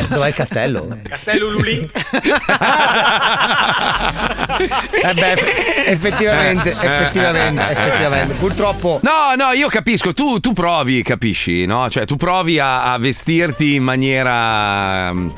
dov'è il castello? Castello Lulì. Eh beh, eff- effettivamente, Ah, Eh, eh, effettivamente, eh, eh, effettivamente. Purtroppo No, no, io capisco, tu, tu provi, capisci, no? Cioè, tu provi a, a vestirti in maniera mm,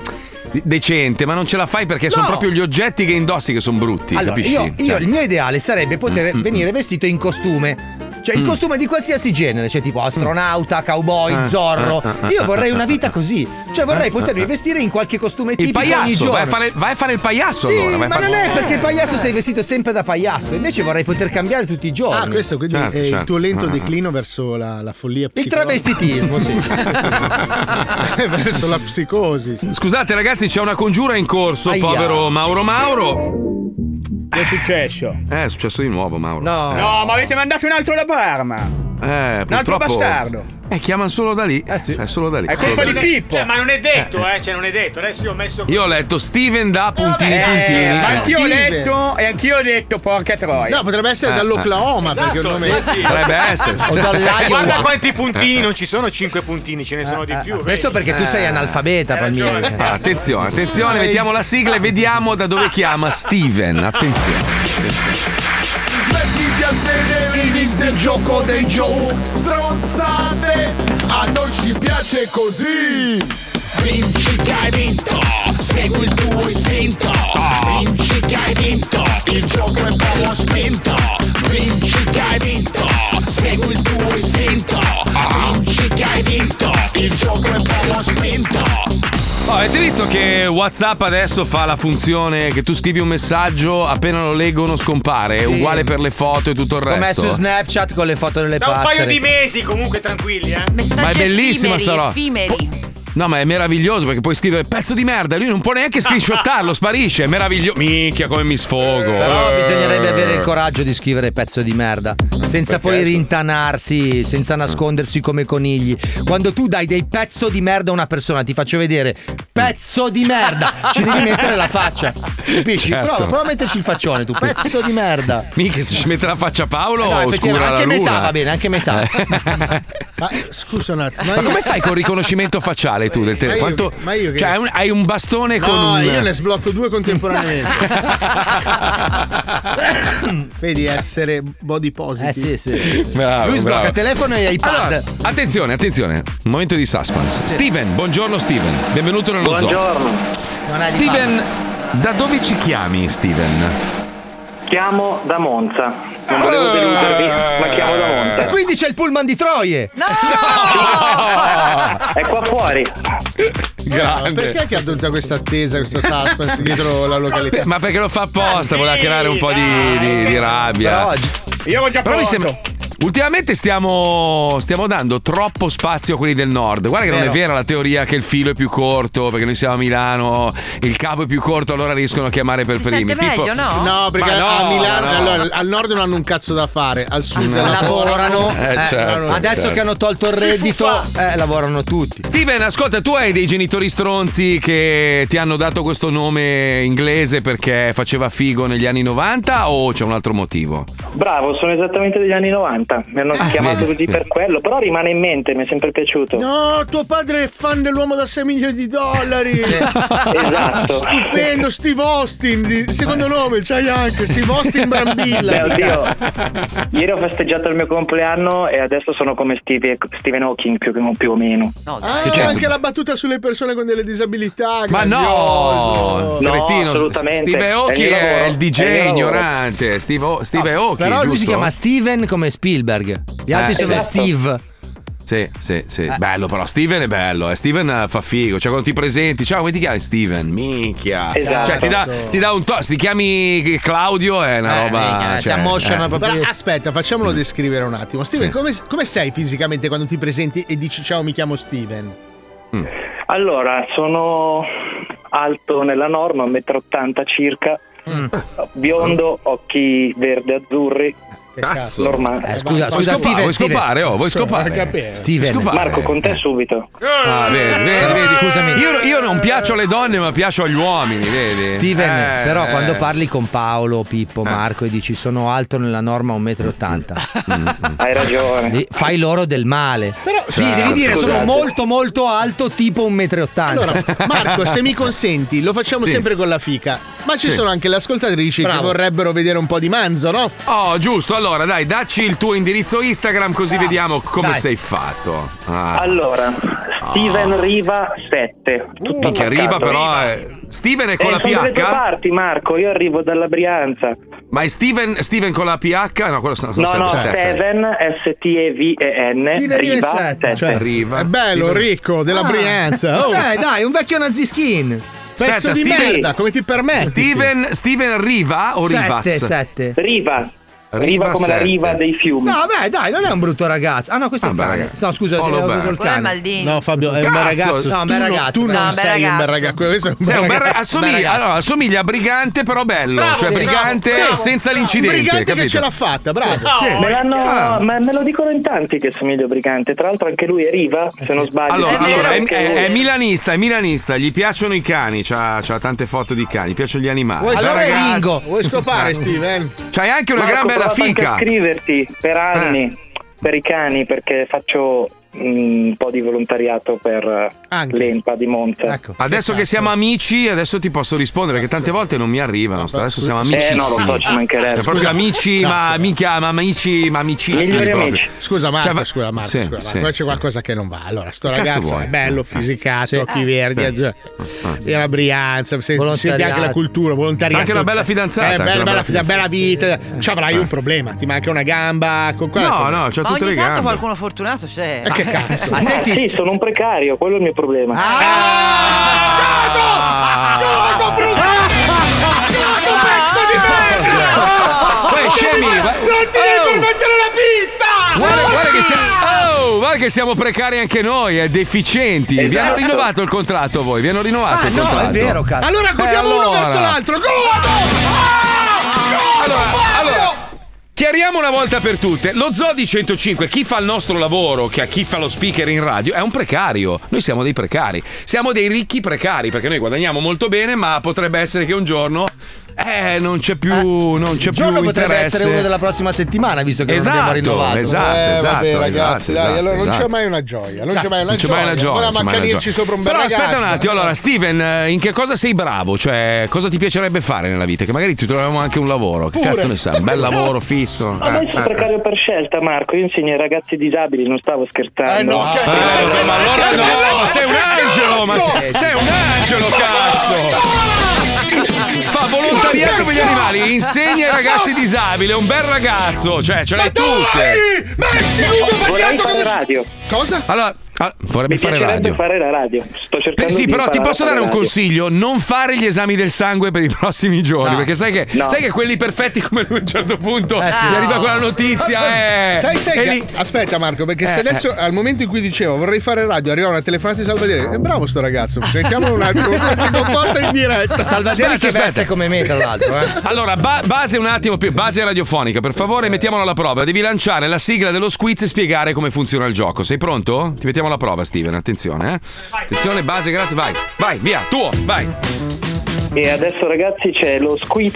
decente, ma non ce la fai perché sono proprio gli oggetti che indossi che sono brutti, Allora, capisci? Mm, io, io Cioè, il mio ideale sarebbe poter venire vestito in costume. Cioè, in Mm. costume di qualsiasi genere, cioè tipo astronauta, cowboy, Ah, zorro. ah, ah, Io ah, vorrei ah, una ah, vita così. Cioè, vorrei ah, potermi ah, ah. vestire in qualche costume il tipico ogni paiasso, giorno. vai a, fare, vai a fare il paiasso Sì, allora. vai a ma fare- Eh. non è perché il pagliasso sei vestito sempre da pagliasso, invece vorrei poter cambiare tutti i giorni. Ah, questo quindi Certo, è il tuo Ah, lento declino verso la, la follia Il psicologica. travestitismo, sì. verso la Eh, psicosi. Scusate ragazzi, c'è una congiura in corso, Aia. povero Mauro Mauro. Che è successo? Eh, è successo di nuovo, Mauro. Oh. No, No, ma avete mandato un altro da Parma! Eh, Un altro purtroppo. bastardo! Eh, chiamano solo da lì. Eh, cioè, solo da lì. È solo colpa da di lì. eh. Pippo! Cioè, ma non è detto, eh. Cioè, non è detto. Adesso io ho messo. Io ho letto Steven da puntini Eh, puntini. ma anch'io ho Steven. letto e anch'io ho detto porca troia. No, potrebbe essere Eh, dall'Oklahoma, perché il nome è- Potrebbe essere. Esatto, Guarda quanti puntini, non ci sono 5 puntini, ce ne sono Eh, di più. Questo perché tu Eh. sei analfabeta, Palmieri. Ah, attenzione, attenzione, mettiamo la sigla e vediamo da dove chiama Steven. Attenzione. eh, Mettiti a sedere, inizia il gioco dei joke Strozzate, a noi ci piace così Vinci che hai vinto, segui il tuo istinto Vinci che hai vinto, il gioco è bello spinto Vinci che hai vinto, segui il tuo istinto Vinci che hai Oh, avete visto che WhatsApp adesso fa la funzione che tu scrivi un messaggio, appena lo leggono scompare, è uguale per le foto e tutto il Ho resto. messo Snapchat con le foto delle Da un passere. paio di mesi comunque tranquilli, eh. Messaggi Ma è bellissima effimeri, sta roba. Effimeri. No, ma è meraviglioso perché puoi scrivere pezzo di merda, lui non può neanche screenshottarlo, sparisce, è meraviglioso. Minchia, come mi sfogo. Però Eh. bisognerebbe avere il coraggio di scrivere pezzo di merda, senza poi rintanarsi, senza nascondersi come conigli. Quando tu dai dei pezzo di merda a una persona, ti faccio vedere pezzo di merda, ci devi mettere la faccia. Capisci? Certo. Prova, prova a metterci il faccione, tu pezzo di merda. Minchia, se ci mette la faccia Paolo, Eh no, effettivamente, oscura la anche metà luna. va bene, anche metà. Ma scusa un attimo, eh. Ma come fai col riconoscimento facciale tu del Ma io- telefono? Eh, Quanto- ma io che- cioè, hai un- hai un bastone con No, un. io ne sblocco due contemporaneamente. Vedi essere body positive. Eh, sì, sì. Bravo, Lui sblocca bravo. telefono e iPad. Allora, attenzione, attenzione. Momento di suspense. Steven, buongiorno Steven. Benvenuto nello zoo. Non è di Steven, da dove ci chiami Steven? Chiamo da Monza. Non volevo deludervi, Eh, ma chiamo da Eh. E Monza. quindi c'è il pullman di Troie. È qua fuori. Ma Perché che ha tutta questa attesa, questa suspense dietro la località? Ma perché lo fa apposta, voleva creare un po' di, di- di rabbia. Però io ho già Però mi sembra. Ultimamente stiamo, stiamo dando troppo spazio a quelli del nord. Guarda che non è Vero. vera la teoria che il filo è più corto, perché noi siamo a Milano, il capo è più corto, allora riescono a chiamare per primi. Pippo- No, perché Ma no, a Milano no. allora, al nord non hanno un cazzo da fare, al sud Ah, lavorano. Eh, certo, Adesso certo. che hanno tolto il Si reddito, eh, lavorano tutti. Steven, ascolta, tu hai dei genitori stronzi che ti hanno dato questo nome inglese perché faceva figo negli anni 90 o c'è un altro motivo? Bravo, sono esattamente degli anni 90. Mi Ah, hanno chiamato così per quello, però rimane in mente, mi è sempre piaciuto. No, tuo padre è fan dell'uomo da 6 milioni di dollari. Esatto. Stupendo, Steve Austin, di- secondo nome, c'hai anche Steve Austin Brambilla. Eh, Beh, oddio. Ieri ho festeggiato il mio compleanno e adesso sono come Steve- Stephen Hawking più, che- più o meno. Ah, Che c'è? anche la battuta sulle persone con delle disabilità. Ma no, grandioso. cretino, Oh, assolutamente. Steve Aoki È il mio è, lavoro, il DJ è il mio lavoro. ignorante. Steve, O- Steve Aoki, Però lui si giusto? chiama Steven come Spielberg. Gli altri Eh, sono esatto. Steve. Sì, sì, sì. Bello, però Steven è bello. Eh. Steven eh, fa figo. Cioè, quando ti presenti, ciao, come ti chiami? Steven, minchia. Esatto. Cioè, ti dà, ti dà un to. Se ti chiami Claudio, è una roba. cioè, eh. Però aspetta, facciamolo descrivere un attimo. Steven, Sì. come, come sei fisicamente quando ti presenti e dici ciao, mi chiamo Steven? Allora, sono alto nella norma, 1,80 m circa, Mm. Eh, biondo, occhi verde-azzurri. Ah. Cazzo. Normale. Eh, scusa, Vuoi scusa, scopare? Steven, Vuoi Steven. scopare, oh? Vuoi Sì, scopare? voglio capire. Steven. Scopare. Marco, con te subito. Ah, vedi, vedi, vedi. Scusami. Io, io non piaccio alle donne, ma piaccio agli uomini, vedi? Steven, Eh, però eh. quando parli con Paolo, Pippo, Marco e dici sono alto nella norma 1,80 m. Hai ragione. Fai loro del male. Però sì, Certo. devi dire sono Scusate. molto molto alto, tipo 1,80 m. Allora, Marco, se mi consenti, lo facciamo Sì. sempre con la fica. Ma ci Sì. sono anche le ascoltatrici che Bravo. vorrebbero vedere un po' di manzo, no? Oh, giusto, allora dai, dacci il tuo indirizzo Instagram così Ah, vediamo come dai. sei fatto. Ah. Allora, Steven Riva 7. Tutto Minchia, arriva attaccato. però. eh, Steven è con Eh, la sono delle tue PH. parti, Marco. Io arrivo dalla Brianza. Ma è Steven, Steven con la PH? No, quello sono No, sempre no, Stefano. Steven, S-T-E-V-E-N, Steven Riva Riva, sette. 7. Cioè, Riva. È bello, Steven- ricco, della Ah. Brianza. Oh. Eh, dai, un vecchio naziskin. Pezzo Aspetta, di Steven- merda, come ti permetti? Steven, Steven Riva Ah, o Rivas? Riva. Riva Riva come la sette. riva dei fiumi. No, beh, dai, non è un brutto ragazzo. Ah, no, questo è un beh, cane. ragazzi. No, scusa, Paolo se Berg. avevo il Quello è cane. Maldini. No, Fabio, è un Cazzo, bel ragazzo. no, Tu un bel non- ragazzo, Tu bel non ragazzo. sei un Bel bel ragazzo. ragazzo. Questo è un bel Sì, è un bel ragazzo. ra- assomiglia- allora, assomiglia a Brigante, però bello. Bravo, cioè, bravo, Brigante bravo. senza l'incidente. Brigante che capito? ce l'ha fatta, bravo. Sì. Me, l'hanno- Ah. ma me lo dicono in tanti che somiglio a Brigante. Tra l'altro, anche lui è Riva. Se non sbaglio, Allora, Sì, allora, è, perché- è- è milanista, è milanista, gli piacciono i cani, c'ha, c'ha tante foto di cani, gli piacciono gli animali. Vuoi Ah, Allora scopare, è Ringo? Vuoi scopare, eh? Steven? C'hai anche una Marco, gran bella Eh. provavo anche fica. a scriverti per anni per i cani perché faccio mm, un po' di volontariato per eh, l'EMPA di Monza. Adesso che siamo amici, adesso ti posso rispondere perché tante volte non mi arrivano. sta- Adesso siamo Eh, amici. no, lo so, ci mancherebbe. Cioè, proprio Scusa. amici, No, ma minchia, ma amici, ma amicissimi Migliori proprio. amici. Scusa Marco, Cioè, va- scusa Marco, Sì, scusa Marco, sì, qua c'è sì. qualcosa che non va. Allora, sto Che cazzo ragazzo vuoi? Ah, è bello, fisicato, occhi verdi, Sì. azz- Ah. e la Brianza, se- senti anche la cultura, volontariato. Anche una bella fidanzata, Eh, bella, anche una bella, bella fida- bella vita. Ci avrai un problema, ti manca una gamba. con- qual è il No, problema? no, c'ha Ma ogni tanto qualcuno fortunato c'è. Eh, che cazzo? Ma sì, sono un precario, quello è il mio problema. Ah, Ah, pezzo di merda! Uè, Ah. Eh, scemi, va- Non ti devi permettere la pizza! Guarda, guarda che siamo, oh, guarda che siamo precari anche noi, eh, deficienti. Vi hanno Esatto. rinnovato il contratto voi, vi hanno rinnovato il contratto. Allora godiamo Eh, uno allora. verso l'altro. Godo! allora, allora, chiariamo una volta per tutte: lo zoo di 105, chi fa il nostro lavoro, che a chi fa lo speaker in radio, è un precario. Noi siamo dei precari, siamo dei ricchi precari perché noi guadagniamo molto bene, ma potrebbe essere che un giorno. Eh, non c'è più. non c'è Il giorno più potrebbe interesse. essere uno della prossima settimana, visto che non abbiamo Esatto, rinnovato. esatto, Eh, esatto, vabbè, esatto, ragazzi, dai, esatto, allora non c'è esatto. mai una gioia. Non c'è mai una Non c'è Eh, gioia. mai la gioia. Ora non c'è mai la maccanirci gioia. sopra un bel Però aspetta un ragazzo. attimo, allora, Steven, eh, in che cosa sei bravo? Cioè, cosa ti piacerebbe fare nella vita? Che magari ti troviamo anche un lavoro. Che Pure. cazzo ne sai? Un bel lavoro fisso. Eh. Adesso precario per scelta, Marco. Io insegno ai ragazzi disabili, non stavo scherzando. Eh, ma allora no, sei un angelo, ma sei, sei un angelo, cazzo! Fa volontariato per gli animali, insegna ai ragazzi disabili, è un bel ragazzo, cioè ce l'hai tutte. Ma è seduto Vorrei bagnando fare come radio. Cosa? Allora, ah, vorrebbe Mi fare piacerebbe radio. fare la radio. Sto cercando Beh, sì, di però ti imparare posso a fare dare un radio. consiglio: non fare gli esami del sangue per i prossimi giorni, No. perché sai che, No. sai che quelli perfetti come lui a un certo punto Eh, sì. gli arriva quella notizia. eh, sai, sai e che- lì- Ah, Aspetta, Marco, perché Eh, se adesso al momento in cui dicevo vorrei fare radio, arriva una telefonata di Salvatore. È bravo sto ragazzo, sentiamolo un attimo come si comporta in diretta. Aspetta, aspetta. Eh? Allora, ba- base un attimo più, base radiofonica, per favore, mettiamola alla prova. Devi lanciare la sigla dello squiz e spiegare come funziona il gioco. Sei pronto? Ti mettiamo alla prova, Steven. Attenzione, eh. Attenzione, base, grazie, vai. Vai, via, tuo, vai. E adesso, ragazzi, c'è lo squiz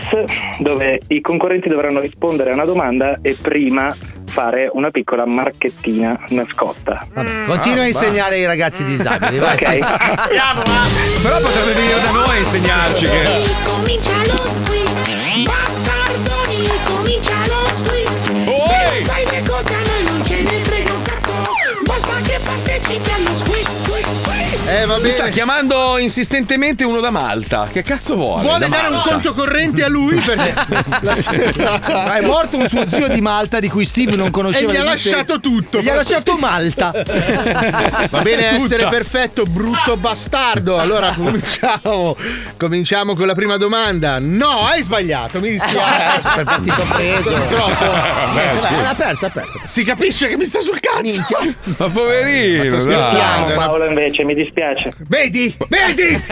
dove i concorrenti dovranno rispondere a una domanda e prima fare una piccola marchettina nascosta. eh. Continua a insegnare ai ragazzi disabili, vai. Però potrebbe venire da noi a insegnarci che. Comincia lo squiz, bastardoni, comincia lo squiz. Se sai le cose a noi non ce ne frega un cazzo, basta che partecipi allo squiz, squiz, squiz. Mi sta chiamando insistentemente uno da Malta. Che cazzo vuole? Vuole Da dare un Malta. conto corrente a lui perché la sera- Ah, Ma è morto un suo zio di Malta di cui Steve non conosceva E gli ha l'esistenza. lasciato tutto. E gli ha lasciato Malta. Va bene Tutta. essere perfetto, brutto bastardo. Allora cominciamo. Cominciamo con la prima domanda. No, hai sbagliato, mi Eh, dispiace. per partito preso. Purtroppo. Eh, L'ha persa, ha perso. Si capisce che mi sta sul cazzo. Ma poverino. Ma sto dai. scherzando, Ciao era- Paolo invece, mi dispiace. Vedi? Vedi?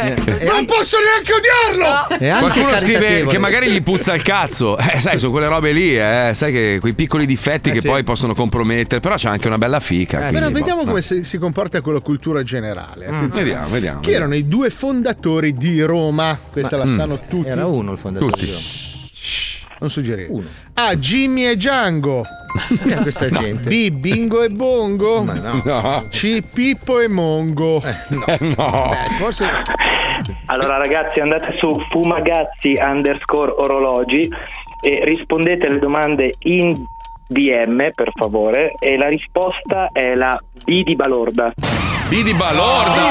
Non posso neanche odiarlo! Eh, ah. Qualcuno scrive che magari gli puzza il cazzo. Eh, sai, sono quelle robe lì, eh. Sai che quei piccoli difetti che poi possono compromettere. Però c'è anche una bella Eh, fica. Eh, Però quindi, vediamo boh, come si, si comporta con la cultura generale. Mm. Attenzione. Vediamo, vediamo, Chi erano i due fondatori di Roma? Questa Ma- la mm. sanno tutti. Era uno il fondatore Tutti. di Roma. Non suggerire. Uno. A. Ah, Jimmy e Django. Chi è questa gente? B. Bingo e Bongo. C. Pippo e Mongo. no. forse. Allora, ragazzi, andate su fumagazzi underscore orologi e rispondete alle domande in DM, per favore. E la risposta è la B di Balorda. B di Balorda!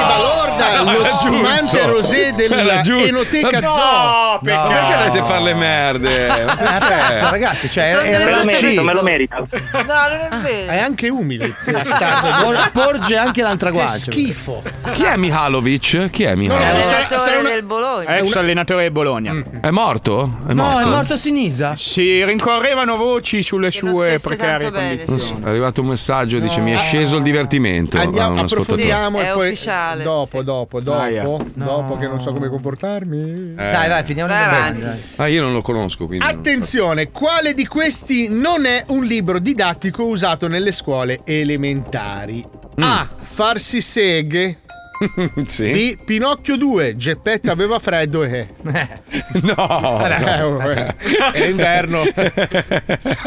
No, Balorda, lo era giusto. spumante rosé Era della giusto. Enoteca No, Zoo. Eh, Ma perché dovete fare le merde? Eh. Ma perché? Cazzo, ragazzi, cioè, Sono era delle la Me lo C. merito, me lo merito. No, non è vero. Ah, È anche umile. bastardo. Por- porge anche l'antraguacio. Che schifo. Chi è Mihalovic? Chi è Mihalovic? del Bologna. Eh, Ex Ecco. allenatore di Bologna. Mm. È morto? È morto? a Sinisa. Si rincorrevano voci sulle sue precarie Non condizioni. so, è arrivato un messaggio, dice mi è sceso il divertimento. a un Andiamo, ascoltatore. approfondiamo e poi dopo, dopo, dopo, Aia. dopo che non so come comportarmi. Eh. Dai, vai, finiamo di Ah, io non lo conosco, quindi. non- Attenzione, quale di questi non è un libro didattico usato nelle scuole elementari? A. Farsi seghe. Mm. Sì. B. Pinocchio 2. Geppetta aveva freddo e. No, Eh, oh, eh, è inverno.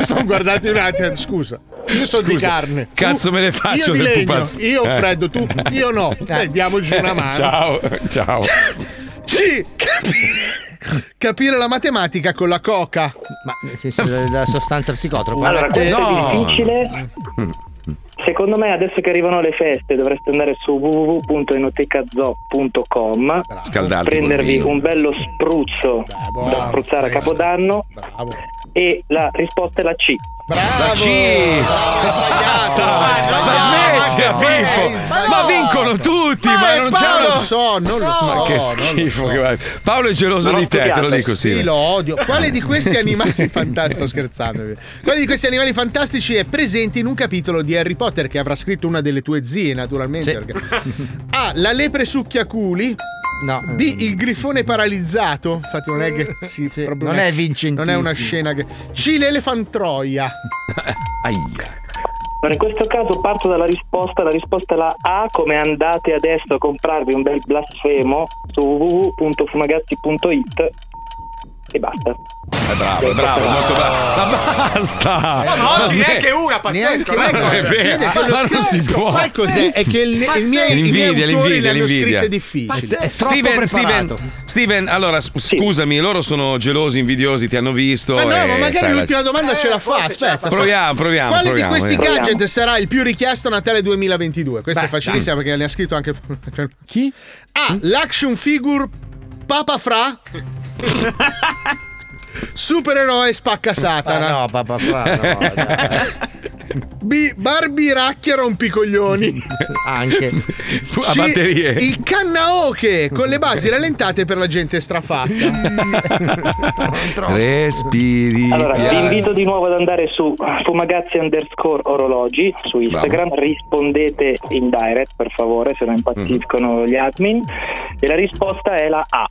Sono guardati un attimo. Scusa, io sono di Scusa, carne. cazzo Tu- me ne faccio Io del di legno, pupazzo. io ho Eh. freddo, tu, io no. Eh, diamoci una mano. Ciao, ciao. C. Capire, capire la matematica con la coca. Ma nel senso della sostanza psicotropa. Allora, questo è difficile. Secondo me, adesso che arrivano le feste, dovreste andare su www.enotecazo.com, Scaldarti col prendervi vino. un bello spruzzo da spruzzare a Capodanno e la risposta è la C. La C! Basta! Ma smettila, Pippo! Ma vincono tutti! Ma, non c'è Paolo- uno- Lo so, non lo so. Ma che schifo che vai. Paolo è geloso Non di te, te lo studiate. dico, Steve. Sì, lo odio. Quale di questi animali fantastici? Sto scherzando. Quale di questi animali fantastici è presente in un capitolo di Harry Potter che avrà scritto una delle tue zie, naturalmente? perché- A. La lepre succhia culi. No. B. Il grifone paralizzato. Infatti, non è che. sì, proprio non una- è vincentissimo. Non è una scena che. C. L'elefantroia. Allora, in questo caso parto dalla risposta, la risposta è la A, come andate adesso a comprarvi un bel blasfemo su www.fumagazzi.it e basta. È bravo, è Ah. bravo, molto bravo. Ma basta! Eh, No, ma oggi smet- neanche una, pazzesco. Neanche- ecco. Ma è vero, Vede, quello ma non si scherzo. può. Sai cos'è? È che il- il mio- i miei L'invidia, autori l'invidia, le hanno l'invidia. scritte difficili. Pazzesco. Steven, Troppo Steven, preparato. Steven, allora s- scusami, loro sono gelosi, invidiosi, ti hanno visto. Ma no, e ma sai, magari la- l'ultima domanda ce Eh, la fa. Aspetta, aspetta. Proviamo, proviamo, Quale proviamo, di questi vediamo. gadget sarà il più richiesto a Natale 2022? Questa Beh, è facilissima perché ne ha scritto anche. Chi? A. L'action figure Papa Fra. Supereroe spacca Satana. no, papà, fra, no. B. Barbie Racchia rompicoglioni. Anche. A batterie. Il cannaoche con le basi rallentate per la gente strafatta. Respiri. Allora, vi piano. invito di nuovo ad andare su fumagazzi underscore orologi su Instagram, rispondete in direct per favore se non impazziscono Mhm. gli admin e la risposta è la A.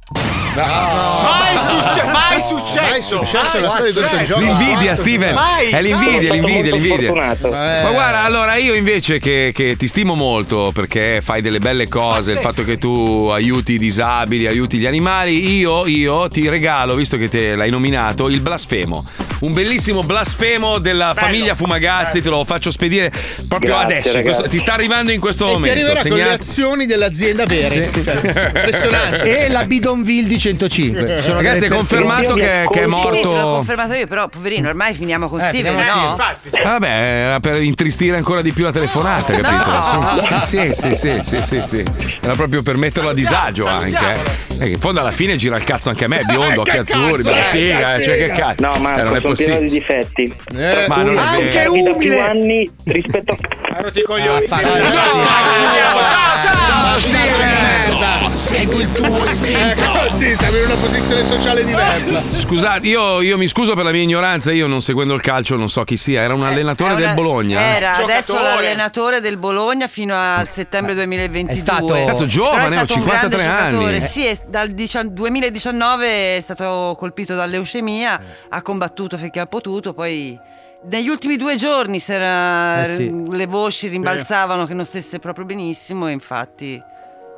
Mai, succe- mai successo! Mai successo nella storia di questo successo. gioco. L'invidia, Steven. È l'invidia, l'invidia, l'invidia. Eh. Ma guarda, allora io invece che, che ti stimo molto perché fai delle belle cose, il fatto che tu aiuti i disabili, aiuti gli animali, io, io ti regalo, visto che te l'hai nominato, il blasfemo. Un bellissimo blasfemo della famiglia Fumagazzi, te lo faccio spedire proprio Grazie, adesso. in questo- ragazzi. ti sta arrivando in questo E ti momento. arriverà con le segnati. azioni dell'azienda vera. Sì. Cioè, impressionante. E la Bidonville di 105. Sono Ragazzi, delle è persone- confermato che, che è Sì, sì, te l'ho morto. Eh, confermato io, però poverino, ormai finiamo con eh, Steven, finiamo no? Vabbè, era per intristire ancora di più la telefonata, capito? No. Sì, sì, sì, sì, sì, sì. Era proprio per metterlo a disagio anche. eh. Eh, che in fondo alla fine gira il cazzo anche a me, Eh, biondo, occhi azzurri, bella figa, eh, cioè che cazzo. No, Eh, Marco, non è sono pieno possibile. di difetti. Eh, ma non è Anche vero. Da più umile. Ah, anni rispetto a... coglioni, Segui il tuo istinto. Ecco, sì, siamo in una posizione sociale diversa. Scusate, io, io mi scuso per la mia ignoranza, io non seguendo il calcio non so chi sia, era un allenatore È Eh, una- eh. del Bologna. Era adesso Giocatore. l'allenatore del Bologna fino a settembre 2022. È stato- Cazzo, giovane, Però è stato ho un grande 53 anni. giocatore. Eh. Sì, è- dal dicia- 2019 è stato colpito da leucemia, Eh. ha combattuto finché ha potuto, poi negli ultimi due giorni si era- Eh sì. le voci rimbalzavano che non stesse proprio benissimo e infatti...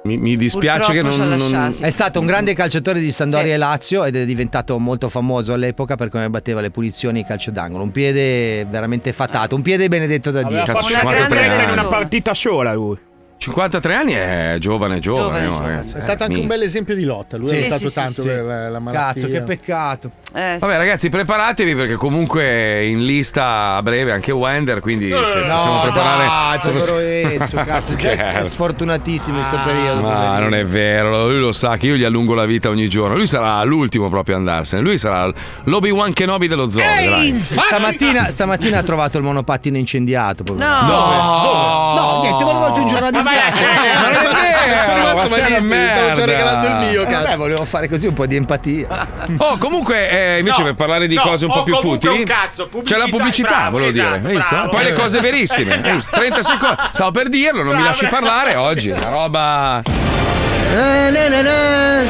Mi, mi dispiace che non. non... È stato un grande calciatore di Sandoria e Lazio ed è diventato molto famoso all'epoca per come batteva le punizioni e calcio d'angolo. Un piede veramente fatato, un piede benedetto da Dio. Cazzo, Una grande 53 persona. anni. in una partita sola lui. 53 anni è giovane, giovane, Giovane, no, giovane. ragazzi. È stato Eh, anche un minchia. bel esempio di lotta. Lui Sì, ha sì, lottato sì, sì, tanto sì. per la la malattia. Cazzo, che peccato. Vabbè ragazzi preparatevi perché comunque è in lista a breve anche Wender quindi Eh, se No, possiamo preparare dai, se povero possi- Ezio, cazzo, che è Scherzo. sfortunatissimo in sto periodo. Ma non è vero, lui lo sa che io gli allungo la vita ogni giorno. Lui sarà l'ultimo proprio a andarsene. Lui sarà l'Obi-Wan Kenobi dello zoo. vedrai. Stamattina, stamattina ha trovato il monopattino incendiato. povero. No. No. No, niente, volevo aggiungere una disgrazia. Ma non è vero, Sono ma rimasto sei una malissimo, mi stavo già merda. regalando il mio. Cazzo. Vabbè, volevo fare così un po' di empatia. Oh, comunque, eh, invece No, per parlare di no, cose un o po' più comunque futili, un cazzo, c'è la pubblicità, pubblicità, bravo, volevo dire. esatto, Hai visto? bravo. Poi le cose verissime. hai visto? 30 secondi. Stavo per dirlo, non mi lasci parlare oggi. Una roba. Eh, na, na, na.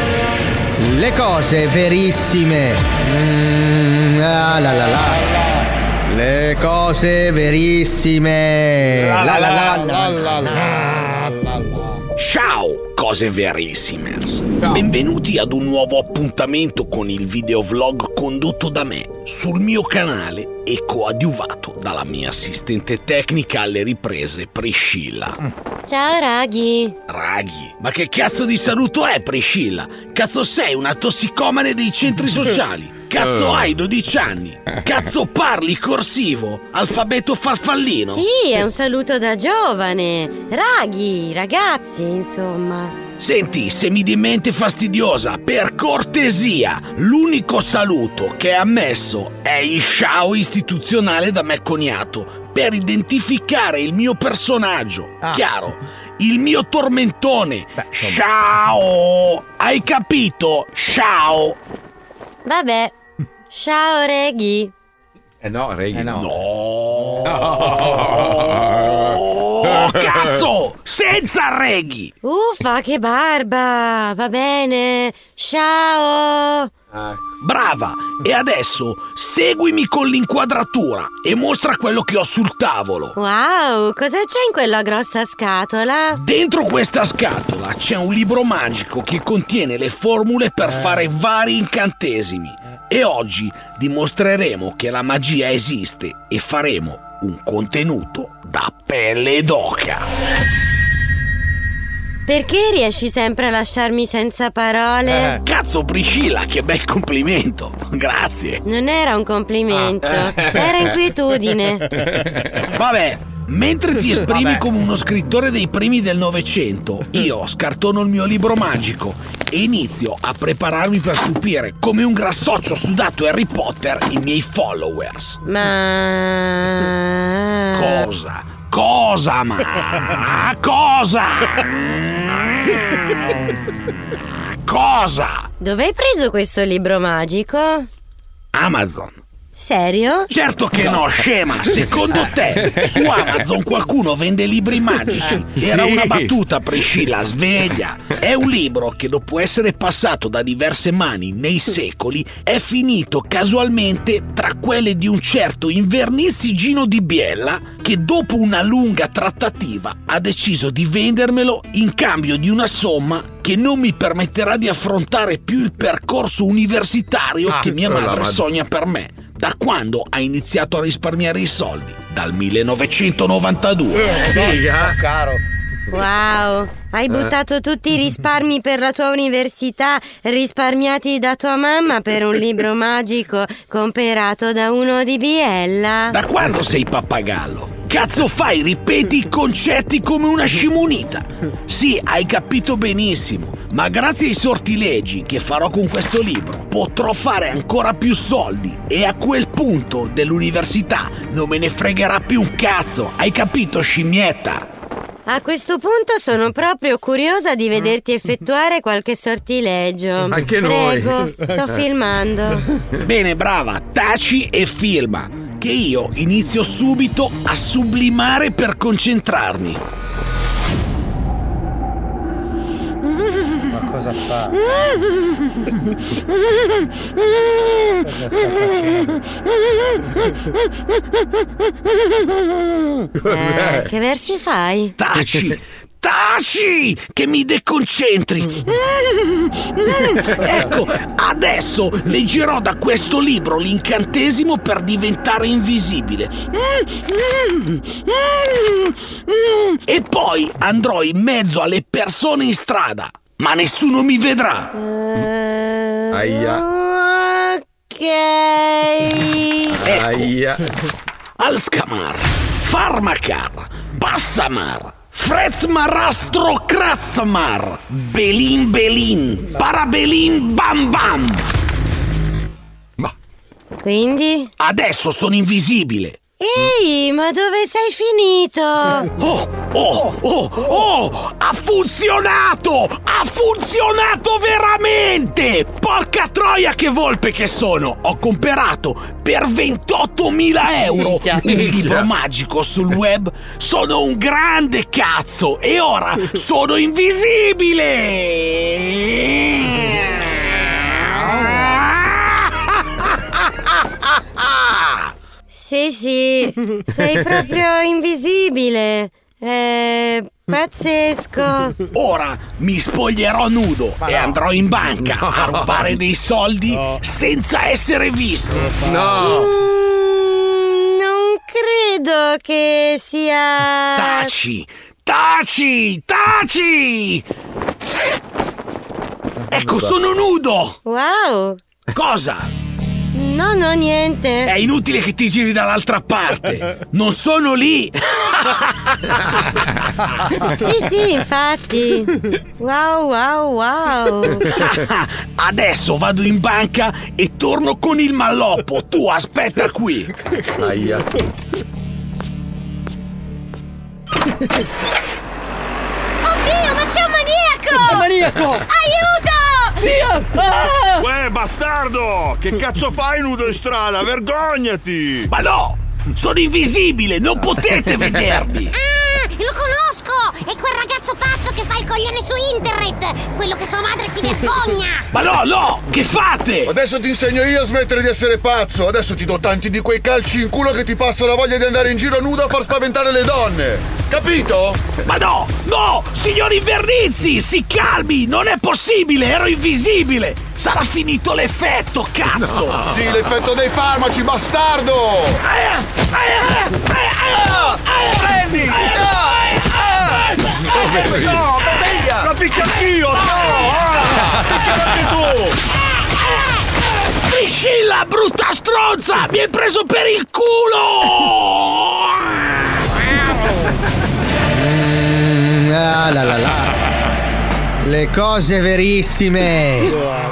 Le cose verissime. Mm, ah, la, la, la. Le cose verissime. Eh, La, la, la, la. Ciao, cose verissimers! Benvenuti ad un nuovo appuntamento con il videovlog condotto da me sul mio canale e coadiuvato dalla mia assistente tecnica alle riprese Priscilla. Mm. Ciao raghi. Raghi, ma che cazzo di saluto è Priscilla? Cazzo sei una tossicomane dei centri sociali? Cazzo Eh. hai 12 anni? Cazzo parli corsivo? Alfabeto farfallino? Sì, è un saluto da giovane. Raghi, ragazzi, insomma. Senti, se mi di mente fastidiosa, per cortesia, l'unico saluto che è ammesso è il ciao istituzionale da me coniato per identificare il mio personaggio. Chiaro? Il mio tormentone. ciao! Hai capito? Ciao! Vabbè. Ciao Reghi. Eh no, Reghi. no. Oh, cazzo! Senza reghi! Uffa, che barba. Va bene. Ciao. Brava! E adesso seguimi con l'inquadratura e mostra quello che ho sul tavolo. Wow, cosa c'è in quella grossa scatola? Dentro questa scatola c'è un libro magico che contiene le formule per fare vari incantesimi. E oggi dimostreremo che la magia esiste e faremo un contenuto da pelle d'oca. Perché riesci sempre a lasciarmi senza Eh. parole? Cazzo Priscilla, che bel complimento! Grazie! Non era un complimento, Ah. era inquietudine. Vabbè, mentre ti esprimi Vabbè. come uno scrittore dei primi del Novecento, io scartono il mio libro magico e inizio a prepararmi per stupire come un grassoccio sudato Harry Potter i miei followers. Ma... Cosa? Cosa, ma? Cosa? Cosa? Dove hai preso questo libro magico? Amazon. Serio? Certo che no, scema! Secondo te su Amazon qualcuno vende libri magici? Era Sì. una battuta, Priscilla, sveglia! È un libro che dopo essere passato da diverse mani nei secoli è finito casualmente tra quelle di un certo Invernizzi Gino di Biella che dopo una lunga trattativa ha deciso di vendermelo in cambio di una somma che non mi permetterà di affrontare più il percorso universitario Ah, che mia quella madre madre. sogna per me. Da quando ha iniziato a risparmiare i soldi? Dal 1992. Caro. Wow, hai Eh. buttato tutti i risparmi per la tua università, risparmiati da tua mamma per un libro magico comperato da uno di Biella. Da quando sei pappagallo? Cazzo fai, ripeti i concetti come una scimunita. Sì, hai capito benissimo, ma grazie ai sortilegi che farò con questo libro potrò fare ancora più soldi e a quel punto dell'università non me ne fregherà più un cazzo. Hai capito, scimmietta? A questo punto sono proprio curiosa di vederti effettuare qualche sortilegio. Mm. Anche noi. Prego, sto filmando. Bene, brava, taci e filma. Che io inizio subito a sublimare per concentrarmi. Ma cosa fa? Cosa sta facendo? Eh, che versi fai? Taci! Taci! Che mi deconcentri! Ecco, adesso leggerò da questo libro l'incantesimo per diventare invisibile. E poi andrò in mezzo alle persone in strada, ma nessuno mi vedrà. Aia. Ok. Aia. Alscamar, Farmacar, Bassamar, Fretzmarastro Kratzmar, Belin Belin, Parabelin Bam Bam. Quindi? Adesso sono invisibile. Ehi, ma dove sei finito? Oh, oh, oh, oh! Ha funzionato! Ha funzionato veramente! Porca troia che volpe che sono! Ho comperato per 28.000 euro Minchia. un libro magico sul web. Sono un grande cazzo e ora sono invisibile! Sì, sì, sei proprio invisibile. È pazzesco. Ora mi spoglierò nudo e andrò in banca a rubare dei soldi senza essere visto. No! Non credo che sia... Taci! Taci! Taci! Ecco, sono nudo! Wow, Cosa? No, no, niente. È inutile che ti giri dall'altra parte. Non sono lì. Sì, sì, infatti. Wow, wow, wow. Adesso vado in banca e torno con il malloppo. Tu aspetta qui. Aia. Oddio, ma c'è un maniaco! È maniaco! Aiuto! Via! Uè, Eh, bastardo! Che cazzo fai nudo in strada? Vergognati! Ma no! Sono invisibile, non potete vedermi! Ah, lo conosco! È quel ragazzo pazzo che fa il coglione su internet! Quello che sua madre si vergogna! Ma no, no! Che fate? Adesso ti insegno io a smettere di essere pazzo. Adesso ti do tanti di quei calci in culo che ti passa la voglia di andare in giro nudo a far spaventare le donne. Capito? Ma no! No! Signor Invernizzi, si calmi! Non è possibile, ero invisibile! Sarà finito l'effetto, cazzo! Sì, l'effetto dei farmaci, bastardo! Prendi! No, bottiglia! L'ho picchiato io! No! Anche tu! Priscilla, brutta stronza! Mi hai preso per il culo! Mm, ah, la, la, la. Le cose verissime.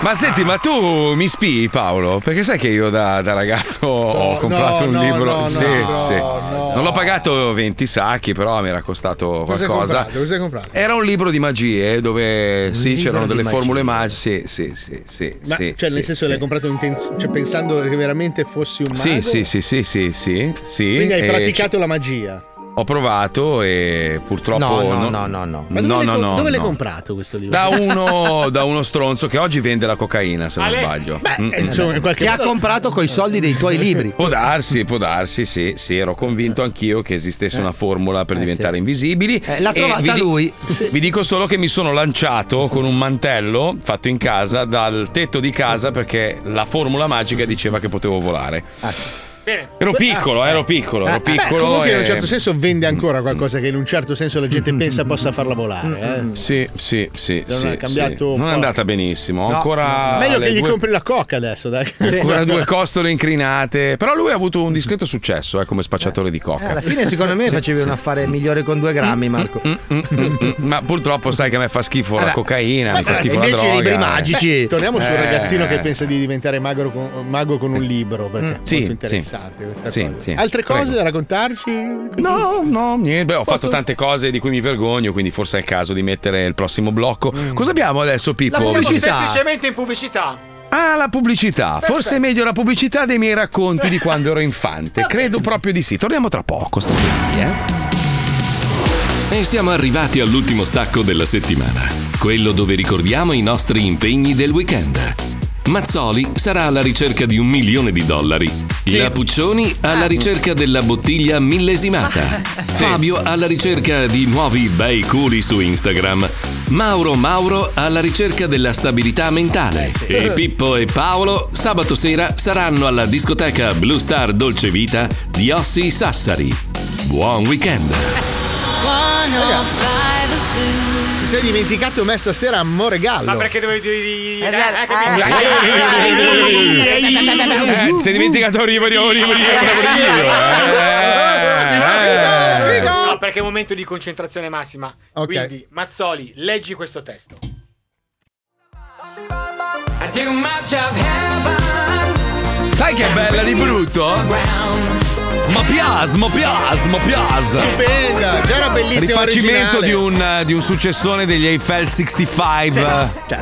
Ma senti, ma tu mi spii Paolo? Perché sai che io da, da ragazzo ho comprato un no, libro. no, sì, no, sì. no. Non l'ho pagato 20 sacchi, però mi era costato Cos'hai qualcosa. comprato? Cos'hai comprato? Era un libro di magie eh, dove sì, libro c'erano di delle magie. formule magiche. Sì, sì, sì, sì. Ma sì, cioè, nel sì, senso, sì. l'hai comprato intenz- cioè, pensando che veramente fossi un mago? Sì, sì, eh, sì, sì, sì, sì, sì. Quindi hai e praticato la magia. ci- Ho provato e purtroppo. No, no, non- no, no, no. Ma no, dove l'hai no, co- no, dove l'hai no. comprato questo libro? Da uno, da uno stronzo che oggi vende la cocaina, se non Ale- sbaglio. Beh, Mm, mm. insomma, in qualche Che ha modo- comprato coi soldi dei tuoi libri. Può darsi, può darsi, sì, sì, ero convinto anch'io che esistesse Eh. una formula per diventare invisibili. Eh, l'ha E trovata vi di- lui. Vi dico solo che mi sono lanciato con un mantello fatto in casa dal tetto di casa perché la formula magica diceva che potevo volare. Ero piccolo, ero piccolo, Ah, ero piccolo. beh, comunque in un e- certo senso vende ancora qualcosa che in un certo senso la gente pensa possa farla volare. eh. Sì, sì, sì. Non sì, è cambiato sì. un Non è po'. andata benissimo. Ho No. ancora. Meglio le che gli due- compri la coca adesso, dai. Ancora due costole incrinate. Però lui ha avuto un discreto successo eh, come spacciatore di coca. Alla fine, secondo me, facevi un affare migliore con due grammi, Marco. Mm, mm, mm. Ma purtroppo sai che a me fa schifo la Vabbè. cocaina, mi fa Vabbè, schifo la invece droga. i libri magici. Beh, torniamo sul Eh. ragazzino che pensa di diventare magro con- mago con un libro, perché è Mm. Sì, molto sì. interessante questa Sì, cosa. sì. Altre cose Prego. da raccontarci? No, no, niente. Beh, ho fatto tante cose di cui mi vergogno, quindi forse è il caso di mettere il prossimo blocco. Cosa abbiamo adesso, La Pippo? pubblico semplicemente in pubblicità. Ah, la pubblicità. Forse è meglio la pubblicità dei miei racconti di quando ero infante. Credo proprio di sì. Torniamo tra poco. Stai E siamo arrivati all'ultimo stacco della settimana, quello dove ricordiamo i nostri impegni del weekend. Mazzoli sarà alla ricerca di un milione di dollari. La Puccioni alla ricerca della bottiglia millesimata. Fabio alla ricerca di nuovi bei culi su Instagram. Mauro Mauro alla ricerca della stabilità mentale. E Pippo e Paolo sabato sera saranno alla discoteca Blue Star Dolce Vita di Ossi Sassari. Buon weekend! Ti sei dimenticato me stasera a Moregallo. Ma perché dovevi. Eh, eh, capito? Eh, ti sei dimenticato Rivo di Rivo di Eh, eh. No, perché è un momento di concentrazione massima. Quindi, Mazzoli, leggi questo testo. Sai che è bella di brutto? eh? Ma piasma, piasma, piasma. Stupenda, già era bellissima Rifacimento originale. di un, di un successone degli Eiffel 65.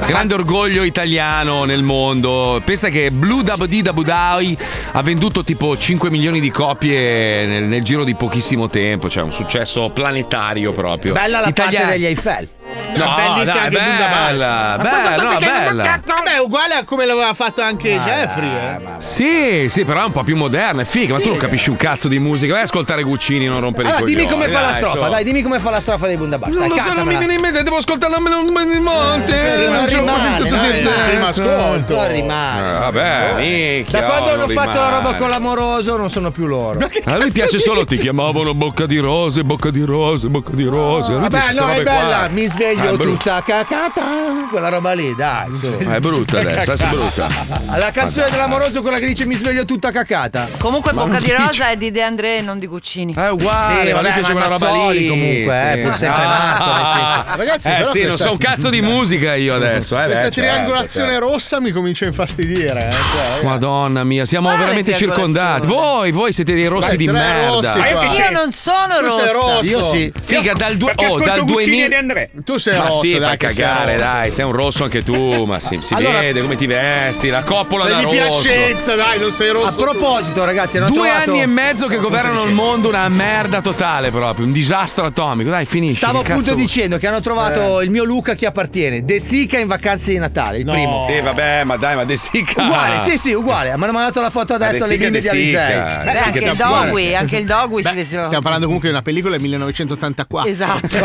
Grande orgoglio italiano nel mondo. Pensa che Blue Dabdi Dabudai ha venduto tipo 5 milioni di copie nel, nel giro di pochissimo tempo. Cioè, un successo planetario proprio. Bella la Italia- parte degli Eiffel. No, dai, bellissima anche bella, Ma quanto bella, no, perché non bella. certo, manca- Vabbè, è uguale a come l'aveva fatto anche Jeffrey. eh. Sì, sì, però è un po' più moderna, è figa, ma tu non capisci un cazzo di musica. Vai a ascoltare Guccini, non rompere Allora, i coglioni. dimmi come fa la dai, strofa, so. dai, dimmi come fa la strofa dei Bundabash. Non dai, lo so, non mi cantamela. viene in mente, devo ascoltare la melon monte. Eh, Non rimane, no, eh, prima ascolto. Non rimane. Eh, vabbè, minchia. Da quando oh, hanno non fatto la roba rimane. con l'amoroso non sono più loro. A lui piace solo ti chiamavano bocca di rose, bocca di rose, bocca di rose. A lui Vabbè, piace Ah, no, sta è roba qua. bella, Miss sveglio Ah, brutto. tutta cacata. Quella roba lì, dai. su. Eh, Ah, è brutta adesso, adesso è brutta. Ah, La Madonna. canzone dell'amoroso, quella che dice mi sveglio tutta cacata. Comunque, Ma Bocca non di dice- Rosa è di De André e non di Guccini. È Sì, vabbè, ma Mazzoli comunque, eh, pur sempre matto, eh, sì. Ragazzi, Ah. eh però sì, non questa- so un cazzo di musica io adesso. Eh, Questa beh, certo, triangolazione certo. rossa mi comincia a infastidire. Eh, cioè, Madonna mia, siamo Quale veramente triangolazione? circondati. Voi, voi siete dei rossi Dai, di tre merda. rossi qua. Io non sono Tu sei rossa. rosso. Io sì. Figa, dal due- Perché oh, ascolto dal Guccini 2000 e De André. Tu sei ma rosso, sì, dai, fai che sei cagare, rosso. dai, sei un rosso anche tu, ma si, si Allora- vede come ti vesti, la coppola da Dai di rosso. Piacenza, dai, non sei rosso. A proposito, ragazzi, hanno Due trovato- anni e mezzo che governano il mondo, una merda totale proprio, un disastro atomico. Dai, finisci. Stavo che appunto cazzo- Eh. dicendo che hanno trovato il mio Luca che appartiene. De Sica in vacanze di Natale, il primo. Eh, vabbè, ma dai, ma De Sica. Uguale, sì, sì, uguale. Mi hanno mandato la foto De adesso alle Sica, bimbe di De Sica. Eh Alisei. Beh, anche il Dogui, anche il Dogui si vestiva. Stiamo parlando comunque di una pellicola del 1984. Esatto.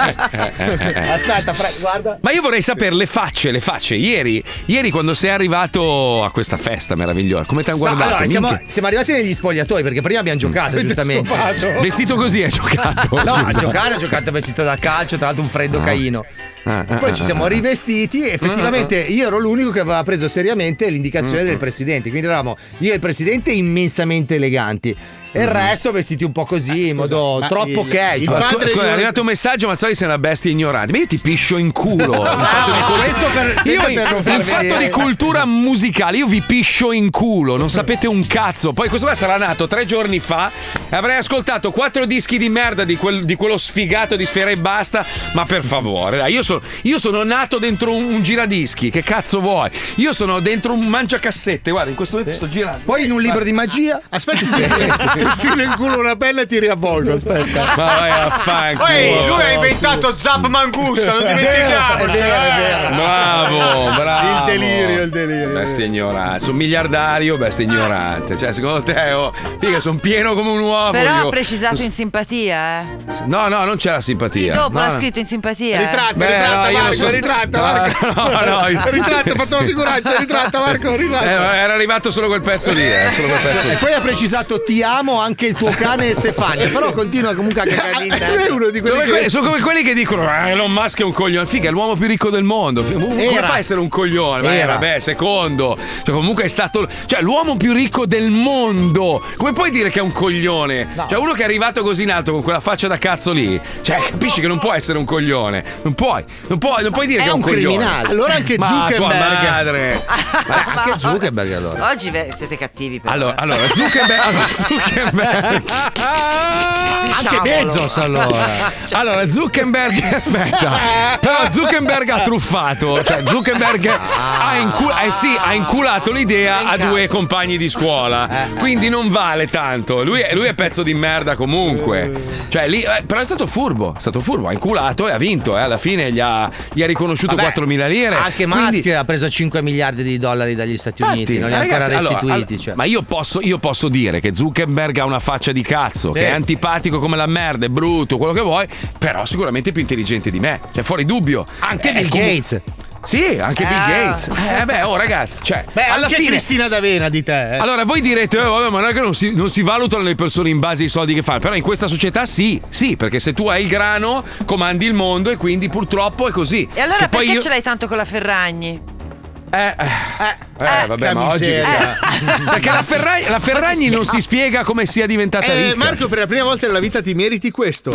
Eh, Aspetta, Fra- guarda. Ma io vorrei sapere le facce, le facce. Ieri, ieri quando sei arrivato a questa festa meravigliosa, come ti hanno No, guardato? allora, siamo, Minchia. siamo arrivati negli spogliatoi perché prima abbiamo giocato, giustamente. Vestito così hai giocato. No, a scusa. giocare ho giocato vestito da calcio, tra l'altro un freddo Ah. caino. Ah, ah, Poi ci ah, siamo ah. rivestiti e effettivamente io ero l'unico che aveva preso seriamente l'indicazione Mm, del mm. presidente. Quindi eravamo io e il presidente immensamente eleganti. E il resto vestiti un po' così, in Mm. modo Ah, ma troppo il- casual. Allora, scu- scusa, è arrivato un messaggio, Mazzoli sei una bestia ignorante. Ma io ti piscio in culo. Il fatto di, Ah, No, cul- questo per- Io sempre in- per non il far fatto vedere. di cultura musicale, io vi piscio in culo, non sapete un cazzo. Poi questo qua sarà nato tre giorni fa. e Avrei ascoltato quattro dischi di merda di, quel- di quello sfigato di Sfera e Basta. Ma per favore, dai, io, sono- io sono nato dentro un, un giradischi. Che cazzo vuoi? Io sono dentro un mangiacassette. Guarda, in questo momento sto girando. Poi in un libro di magia. Aspetta, ti filo in culo una pelle e ti riavvolgo. Aspetta. Ma vai a fanculo. Ehi, lui ha inventato Zap Mangusta, non dimentichiamocelo. Bravo, bravo. Il delirio, il delirio. Bestia ignorante. Sono miliardario, bestia ignorante. Cioè, secondo te, oh, figa, sono pieno come un uovo. Però io. ha precisato in simpatia, eh. No, no, non c'è la simpatia. Dopo No, l'ha no. scritto in simpatia. eh. Eh, Ritratta, Beh, no, ritratta, io non Marco, so se- ritratta, No, Marco. no, no, io- Ritratta, ho fatto una figuraccia, ritratta, Marco, Eh, ritratta. era arrivato solo quel pezzo lì, eh, solo quel pezzo E lì. poi ha precisato ti amo anche il tuo cane e Stefania, però continua comunque a cagare in testa. Lui è uno di Sono, come quelli, sono come quelli che dicono "Ah, Elon Musk è un coglione. Figa, è l'uomo più ricco del mondo. F- Come Era. fa a essere un coglione? Ma eh, Era. vabbè, secondo. Cioè, comunque è stato. Cioè, l'uomo più ricco del mondo. Come puoi dire che è un coglione? Cioè, uno che è arrivato così in alto con quella faccia da cazzo lì. Cioè, capisci che non può essere un coglione. Non puoi. Non puoi, non puoi dire È che è un, un coglione. criminale. Allora anche Ma Zuckerberg. Tua madre. Ma anche Zuckerberg allora. Oggi beh, siete cattivi però. Allora, allora, Zuckerberg, allora, Zuckerberg. Diciamolo. Cioè. Allora, Zuckerberg, aspetta. Però Zuckerberg ha truffato. Cioè, Zuckerberg Ah. ha, incu- eh sì, ha inculato l'idea a due compagni di Eh, scuola. Quindi non vale tanto. Lui, è- lui è pezzo di merda comunque. Cioè, lì, eh, però è stato furbo. È stato furbo. Ha inculato e ha vinto. eh. Alla fine gli ha, gli ha riconosciuto Vabbè, 4.000 lire. Anche Quindi- Musk ha preso 5 miliardi di dollari dagli Stati Uniti, non li ha ancora Ragazzi, allora, restituiti. allora, cioè. Ma io posso, io posso dire che Zuckerberg ha una faccia di cazzo, che è antipatico come la merda, è brutto, quello che vuoi, però sicuramente più intelligente di me, cioè fuori dubbio. Anche Bill Gates. Sì, anche Bill Ah. Gates. Eh beh, oh ragazzi, cioè, Beh, alla anche fine Cristina D'Avena di te. eh. allora, voi direte, "Eh, vabbè, ma non è che non si, non si valutano le persone in base ai soldi che fanno, però in questa società sì, sì, perché se tu hai il grano, comandi il mondo e quindi purtroppo è così. E allora Che poi perché io- ce l'hai tanto con la Ferragni? Eh, Eh, vabbè, che ma oggi. miseria. Perché la Ferragni, la Ferragni non si spiega come sia diventata Eh, ricca. Marco, per la prima volta nella vita ti meriti questo.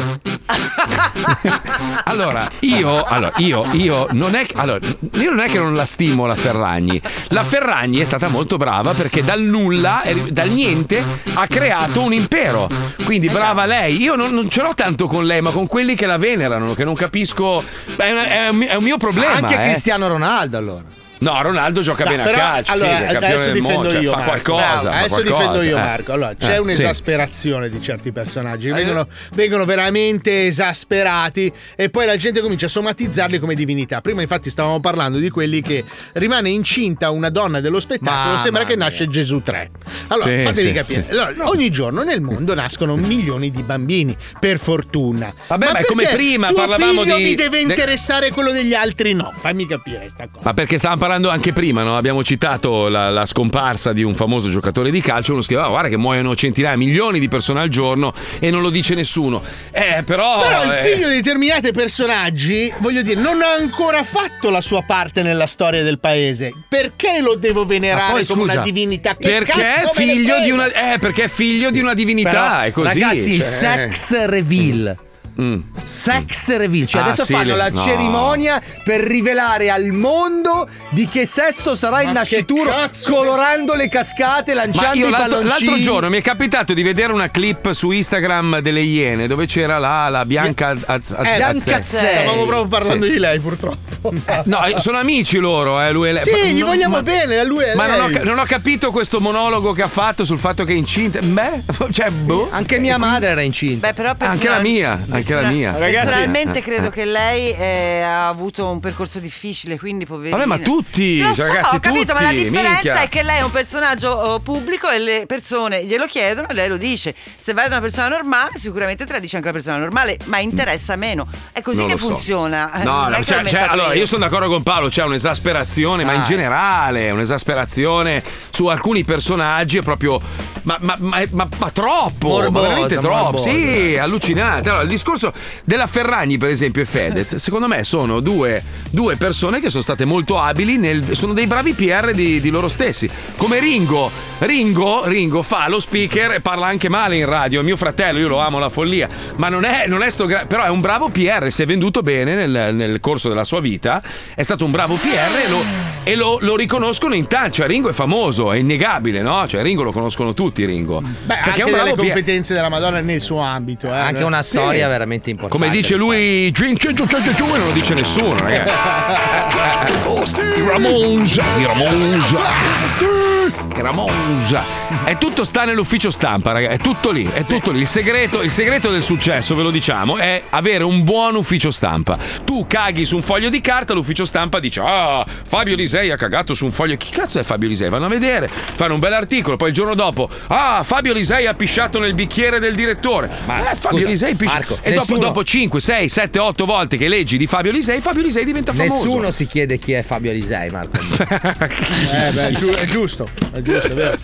Allora, io, allora, io, io non è che, allora, io non è che non la stimo la Ferragni. La Ferragni è stata molto brava perché dal nulla, eh, dal niente, ha creato un impero. Eh, Quindi brava certo. lei. Io non, non ce l'ho tanto con lei, ma con quelli che la venerano, che non capisco. È, una- è un, è un mio problema. Anche eh. Cristiano Ronaldo allora. No, Ronaldo gioca Dai, bene però, a calcio, allora, figa, è campione adesso del difendo mondo, cioè, io fa Marco. qualcosa. Bravo, fa adesso qualcosa, difendo io eh. Marco allora Eh, c'è sì. Eh. un'esasperazione di certi personaggi che vengono, vengono veramente esasperati e poi la gente comincia a somatizzarli come divinità prima infatti stavamo parlando di quelli che rimane incinta una donna dello spettacolo Mamma sembra che nasce Gesù 3 allora Sì, fatemi sì, capire sì. Allora, ogni giorno nel mondo nascono milioni di bambini per fortuna Vabbè, ma è perché come prima, tuo parlavamo figlio di- mi deve de- interessare quello degli altri no fammi capire sta cosa Ma perché stavamo parlando anche prima, no? abbiamo citato la, la scomparsa di un famoso giocatore di calcio, uno scriveva "Ah, guarda che muoiono centinaia, milioni di persone al giorno e non lo dice nessuno. Eh, però... Però il eh, figlio di determinati personaggi, voglio dire, non ha ancora fatto la sua parte nella storia del paese. Perché lo devo venerare Ma poi, come scusa, una divinità? Che Perché è, cazzo me ne figlio di frega? una, eh, perché è figlio di una divinità, Però, è così. Ragazzi, il cioè. sex reveal. Sex reveal, cioè Ah, adesso sì, fanno le- la no. cerimonia per rivelare al mondo di che sesso sarà il nascituro, colorando le cascate, Ma lanciando io i l'altro, palloncini. l'altro giorno mi è capitato di vedere una clip su Instagram delle Iene dove c'era la, la Bianca Az- Az- Eh, Azzei. Stavamo proprio parlando Ah, Sì. di lei, purtroppo. No, eh, sono amici loro, eh, lui e lei. Sì, gli Non- vogliamo ma- bene, a lui e Ma lei. non ho, ca- non ho capito questo monologo che ha fatto sul fatto che è incinta. Beh, cioè, boh. Anche mia madre era incinta. Beh, però Anche la personal- mia, anche la mia. Personalmente Eh, credo eh. che lei eh, ha avuto un percorso difficile, quindi poverina. Vabbè, ma tutti, Lo so, ragazzi, ho capito, ma la tutti, differenza minchia. è che lei è un personaggio oh, pubblico e le persone glielo chiedono e lei lo dice. Se vai da una persona normale, sicuramente te la dice anche la persona normale, ma interessa meno. È così Non che lo so. funziona. Eh, No, non è no, cioè, che l'ho cioè, inventato allora io sono d'accordo con Paolo, c'è un'esasperazione, ma in Dai. generale, un'esasperazione su alcuni personaggi è proprio. Ma, ma- ma- ma- ma troppo, Boh, ma Morbosa, veramente troppo. morbosa. Sì, allucinante. Allora, il discorso della Ferragni, per esempio, e Fedez, secondo me sono due, due persone che sono state molto abili, nel- sono dei bravi PR di, di loro stessi. Come Ringo, Ringo, Ringo fa lo speaker e parla anche male in radio. È Mio fratello, io lo amo la follia, ma non è, non è sto gra- però è un bravo PR, si è venduto bene nel, nel corso della sua vita, è stato un bravo PR e lo, e lo- lo riconoscono in tanti. Cioè, Ringo è famoso, è innegabile, no? Cioè, Ringo lo conoscono tutti, Ringo. Beh, Perché anche è un bravo delle PR. competenze della Madonna nel suo ambito. Eh. Anche una storia Sì. veramente importante. Come dice lui, "Gin, gin, gin, gin, gin", non lo dice nessuno, ragazzi. I Ramones, i Ramones, i Ramones. È tutto sta nell'ufficio stampa, ragazzi. È tutto lì, è tutto lì. Il segreto, il segreto del successo, ve lo diciamo, è avere un buon ufficio stampa. Tu caghi su un foglio di carta, l'ufficio stampa dice: Ah, Fabio Lisei ha cagato su un foglio. Chi cazzo è Fabio Lisei? Vanno a vedere, fanno un bel articolo. Poi il giorno dopo, ah, Fabio Lisei ha pisciato nel bicchiere del direttore. Ma Fabio scusa, Lisei piscia. Marco, e dopo, nessuno- dopo 5, 6, 7, 8 volte che leggi di Fabio Lisei, Fabio Lisei diventa famoso. Nessuno si chiede chi è Fabio Alisei, Marco. Eh, beh, è giu- è giusto, è giusto, è vero.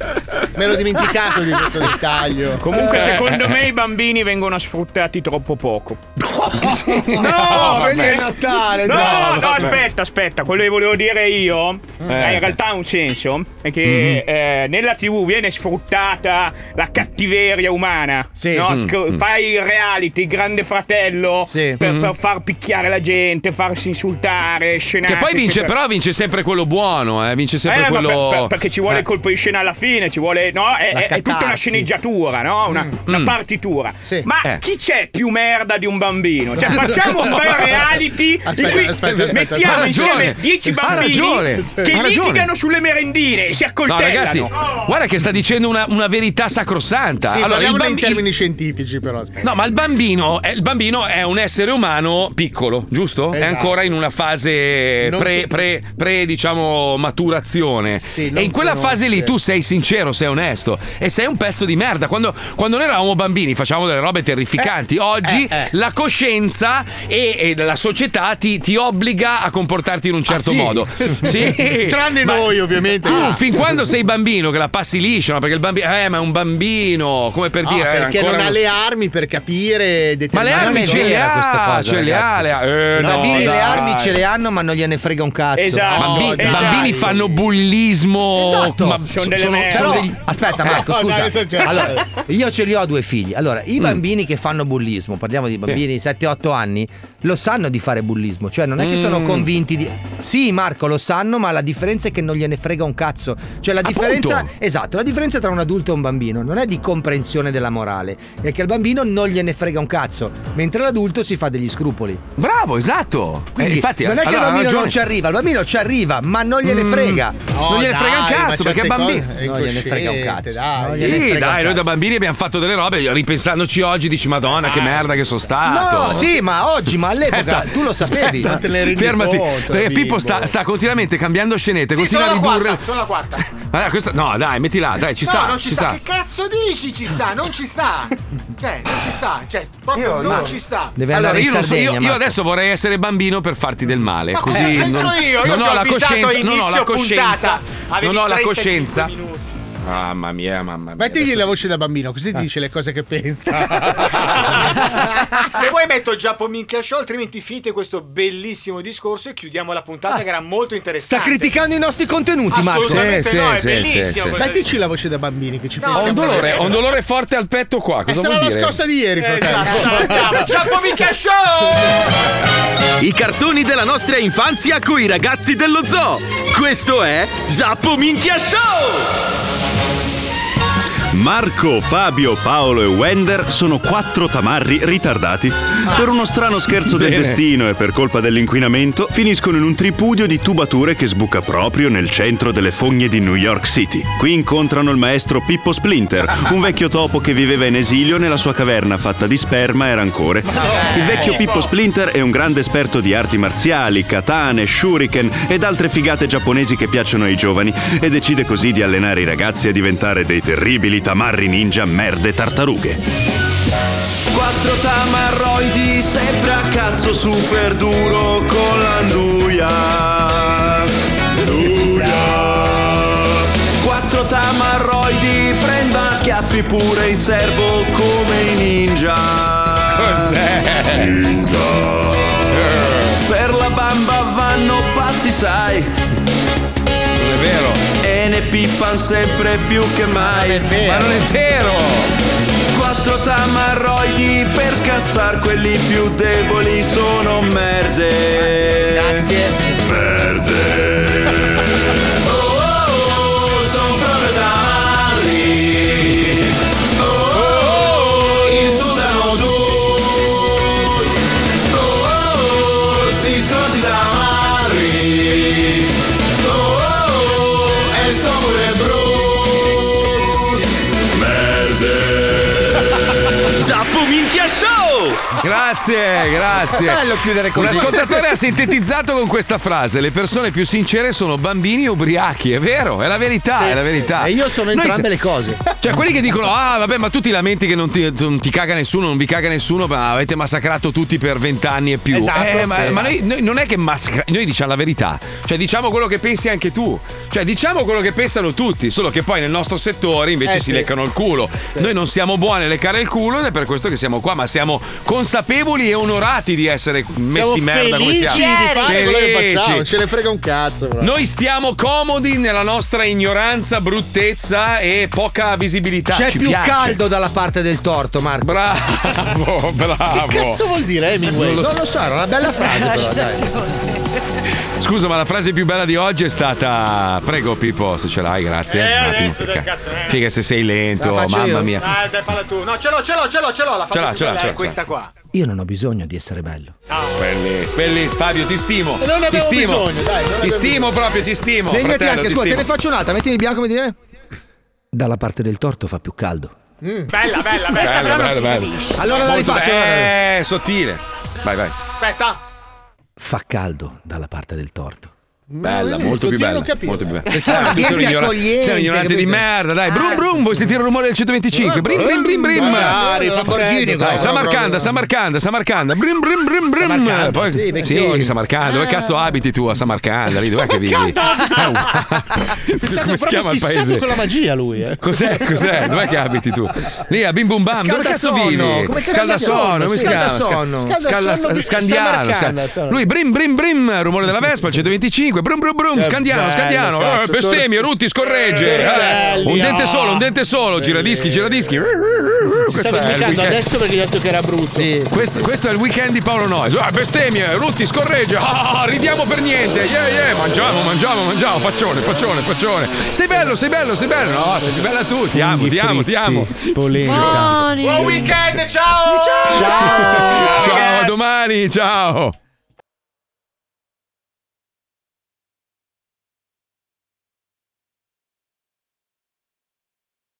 Me l'ho dimenticato di questo dettaglio. Comunque, secondo me i bambini vengono sfruttati troppo poco. No, vabbè. quello è Natale, No, no, no, vabbè. aspetta, aspetta. Quello che volevo dire io eh, in realtà ha un senso. È che eh, nella TV viene sfruttata la cattiveria umana. no? Mm. Che Fai il reality, il grande fratello per, Mhm. per far picchiare la gente, farsi insultare, scenare. Che poi vince, però vince sempre quello buono, eh, vince sempre Eh, ma per- quello. per- perché ci vuole Eh. il colpo di scena alla fine, ci vuole. No, è, La è- è tutta una catarsi. sceneggiatura, no? Una, una partitura. Ma Mm. Eh. chi c'è più merda di un bambino? Cioè, facciamo un bel reality Aspetta, in cui aspetta, aspetta, mettiamo aspetta. insieme Ha 10 bambini ragione. Ha ragione. che Ha ragione. litigano sulle merendine e si No, accoltellano. ragazzi, guarda che sta dicendo una, una verità sacrosanta. Sì, Allora, il parliamone in bambi- termini scientifici, però. aspetta. No, ma il bambino, è, il bambino è un essere umano piccolo, giusto? È Esatto. ancora in una fase Non- pre, pre- pre, diciamo, maturazione. e in quella conosce. fase lì tu sei sincero, sei onesto e sei un pezzo di merda. Quando, quando noi eravamo bambini facevamo delle robe terrificanti. Oggi eh, eh. la coscienza e, e la società ti, ti obbliga a comportarti in un certo Ah, sì? modo. Sì. Tranne noi, ovviamente. Tu, Ah. fin quando sei bambino, che la passi liscia, no? perché il bambino, eh, ma è un bambino, come per No, dire, eh, Ah, perché ancora non ha uno le armi per capire ma le determinate armi cose. ce le ha, ce le ha, le ha. Eh, I no, dai. bambini le armi ce le hanno, ma non gliene frega un cazzo. Esatto. Bambi- dai. bambini fanno bullismo. Esatto. ma Sono so- sono- merde. sono Però- degli- Eh, aspetta, Marco, No, scusa. dai, sto già- Allora, io ce li ho due figli. Allora, i Mm. bambini che fanno bullismo, parliamo di bambini di 7-8 anni, lo sanno di fare bullismo, cioè non è che sono Mm. convinti di Sì, Marco, lo sanno, ma la differenza è che non gliene frega un cazzo. Cioè la differenza Esatto, la differenza tra un adulto e un bambino non è di comprensione della morale, è che al bambino non gliene frega un cazzo, mentre l'adulto si fa degli scrupoli. Bravo, esatto. Eh, Quindi, infatti, non è che allora, il bambino ragione. Mm. non ci arriva, il bambino ci arriva, ma non gliene frega. non gliene frega un cazzo perché è bambino. Non gliene frega un cazzo. Non gliene Sì, frega un Eh, dai, noi cazzo. da bambini abbiamo fatto delle robe. Ripensandoci oggi, dici, Madonna, che merda che sono stato. No, sì, ma oggi, ma all'epoca Aspetta, tu lo sapevi. aspetta, fermati. eh, perché Pippo sta, sta continuamente cambiando scenette, continua a sono la ridurre. quarta, sono la quarta. Guarda, questa- no, dai, mettila, dai, ci no, sta. non ci, sta. Che cazzo dici ci sta? Non ci sta. Cioè, non ci sta, cioè, proprio non ma- ci sta. Deve Allora, andare in io, non so, Sardegna, io- io Marco. adesso vorrei essere bambino per farti del male. Ma Così cosa non, c'entro io? Io non ti ho ho la avvisato coscienza. Non ho la inizio coscienza. puntata. Avevi Non ho la 35 coscienza. minuti. Mamma mia, mamma mia. Mettigli la voce da bambino, così dice le cose che pensa. Se vuoi metto Giappo Minchia Show, altrimenti finite questo bellissimo discorso e chiudiamo la puntata Ah, che era Esatto. Sta molto interessante. criticando i nostri contenuti, Max. Assolutamente Sì, no, sì, sì, è bellissimo. sì. quello- Mettici la voce da bambini che ci No, pensa. Ho un dolore, ho un dolore forte al petto qua. E Cosa sarà vuol la dire? Esatto. scossa di ieri, Cioè, fratello. Giappo Minchia Show! I cartoni della nostra infanzia coi ragazzi dello zoo. Questo è Giappo Minchia Show! Marco, Fabio, Paolo e Wender sono quattro tamarri ritardati. Per uno strano scherzo del Bene. destino e per colpa dell'inquinamento, finiscono in un tripudio di tubature che sbuca proprio nel centro delle fogne di New York City. Qui incontrano il maestro Pippo Splinter, un vecchio topo che viveva in esilio nella sua caverna fatta di sperma e rancore. Il vecchio Pippo Splinter è un grande esperto di arti marziali, katane, shuriken ed altre figate giapponesi che piacciono ai giovani e decide così di allenare i ragazzi a diventare dei terribili tamarri ninja merde tartarughe. Quattro tamarroidi, sembra cazzo super duro con l'anduia. Duia. Quattro tamarroidi, prenda a schiaffi pure in serbo come i ninja. Cos'è? Ninja. Per la bamba vanno pazzi, sai. Non è vero. E ne pippan sempre più che mai. Ma non è vero. Quattro tamarroidi per scassar quelli più deboli sono merde. Grazie. Eh. Merde. Oh, oh, oh, son proprio tamarri. Oh, oh, oh, insultano tutti. Oh, oh, oh, sti stronzi tamarri. Oh, oh, oh, e sono pure brutti. Merde. Zappo Minchia Show! Grazie, grazie. È bello chiudere così. Un ascoltatore ha sintetizzato con questa frase: le persone più sincere sono bambini e ubriachi. È vero, è la verità, Sì, è la sì. verità. E io sono Noi entrambe se- le cose. Cioè, quelli che dicono: Ah, vabbè, ma tu ti lamenti che non ti, non ti caga nessuno, non vi caga nessuno, ma avete massacrato tutti per vent'anni e più. Esatto, Eh, ma, sì. ma noi, noi non è che massacra, noi diciamo la verità. Cioè, diciamo quello che pensi anche tu. Cioè, diciamo quello che pensano tutti, solo che poi nel nostro settore invece Eh, si sì. leccano il culo. Noi non siamo buoni a leccare il culo ed è per questo che siamo qua, ma siamo consapevoli e onorati di essere messi in merda come felici siamo. di fare quello che Felici. facciamo, non ce ne frega un cazzo. però. Noi stiamo comodi nella nostra ignoranza, bruttezza e poca visibilità. C'è Ci più piace. caldo dalla parte del torto, Marco. Bravo, bravo. Che cazzo vuol dire Hemingway? Non lo so, era una bella frase. La però, dai. Scusa, ma la frase più bella di oggi è stata. Prego, Pippo, se ce l'hai, grazie. Eh, Un attimo, adesso, dai, perché- cazzo, eh. Figa, se sei lento, La faccio mamma io? mia. Ah, dai, falla tu. No, ce l'ho, ce l'ho, ce l'ho, ce l'ho. La Ce l'ho, faccio ce l'ho, più ce bella, l'ho, è questa qua. Io non ho bisogno di essere bello. Bellis, bellis, Fabio, ti stimo. E non ne ti abbiamo stimo. bisogno, dai, non ne ti abbiamo stimo proprio, ti stimo. Segnati fratello, anche, ti scusa, te ne stimo. faccio un'altra, mettimi bianco come dire. Dalla parte del torto fa più caldo. Mm. Bella, bella, bella. Bello, bello, bello. Allora la Molto rifaccio, be- guarda. Eh, sottile. Vai, vai. Aspetta. Fa caldo dalla parte del torto. Bella, molto più bella. Molto più bella. Perché Ah, tu ambiente sei un ignorante- accogliente, sei un ignorante di capito? merda, dai. Brum brum, vuoi sentire il rumore del 125? Brim brim brim brim. Ah, Magari, fa Ah, Dai, freddo, dai. Samarcanda, Samarcanda, Samarcanda. Brim brim brim brim. Samarcanda, Poi- sì, Sì, vecchioni. Samarcanda. Dove cazzo abiti tu a Samarcanda? Lì dov'è che vivi? Eh, Pensato Come si proprio chiama il fissato paese? con la magia lui, eh. Cos'è? Cos'è? Dov'è che abiti tu? Lì a Bim Bum Bam, dove cazzo Scaldasonno, vivi? come si chiama? Scaldasonno, come si chiama? Scaldasonno. Sca- Scaldasonno, Scaldas- Bi- Scandiano. Samarcanda, sca- sono. Lui brim brim brim, rumore della Vespa, il 125, brum brum Eh, brum, Che Scandiano, bello, Scandiano, cazzo, eh, bestemmie, tor- rutti, scorregge. eh. Tortelli, Un dente oh. ah. solo, un dente solo, giradischi, giradischi. Ci Questo stavi è il indicando weekend. adesso perché hai detto che era Abruzzo. Questo, questo è il weekend di Paolo Noyes. Ah, bestemmie, rutti, scorregge. Ah, ridiamo per niente. Yeah, yeah, mangiamo, mangiamo, mangiamo. Faccione, faccione, faccione. Sei bello, sei bello, sei bello. No, sei più bella tu. Ti amo, ti amo, ti amo. Buon weekend, ciao! Ciao! Ciao, a domani, ciao.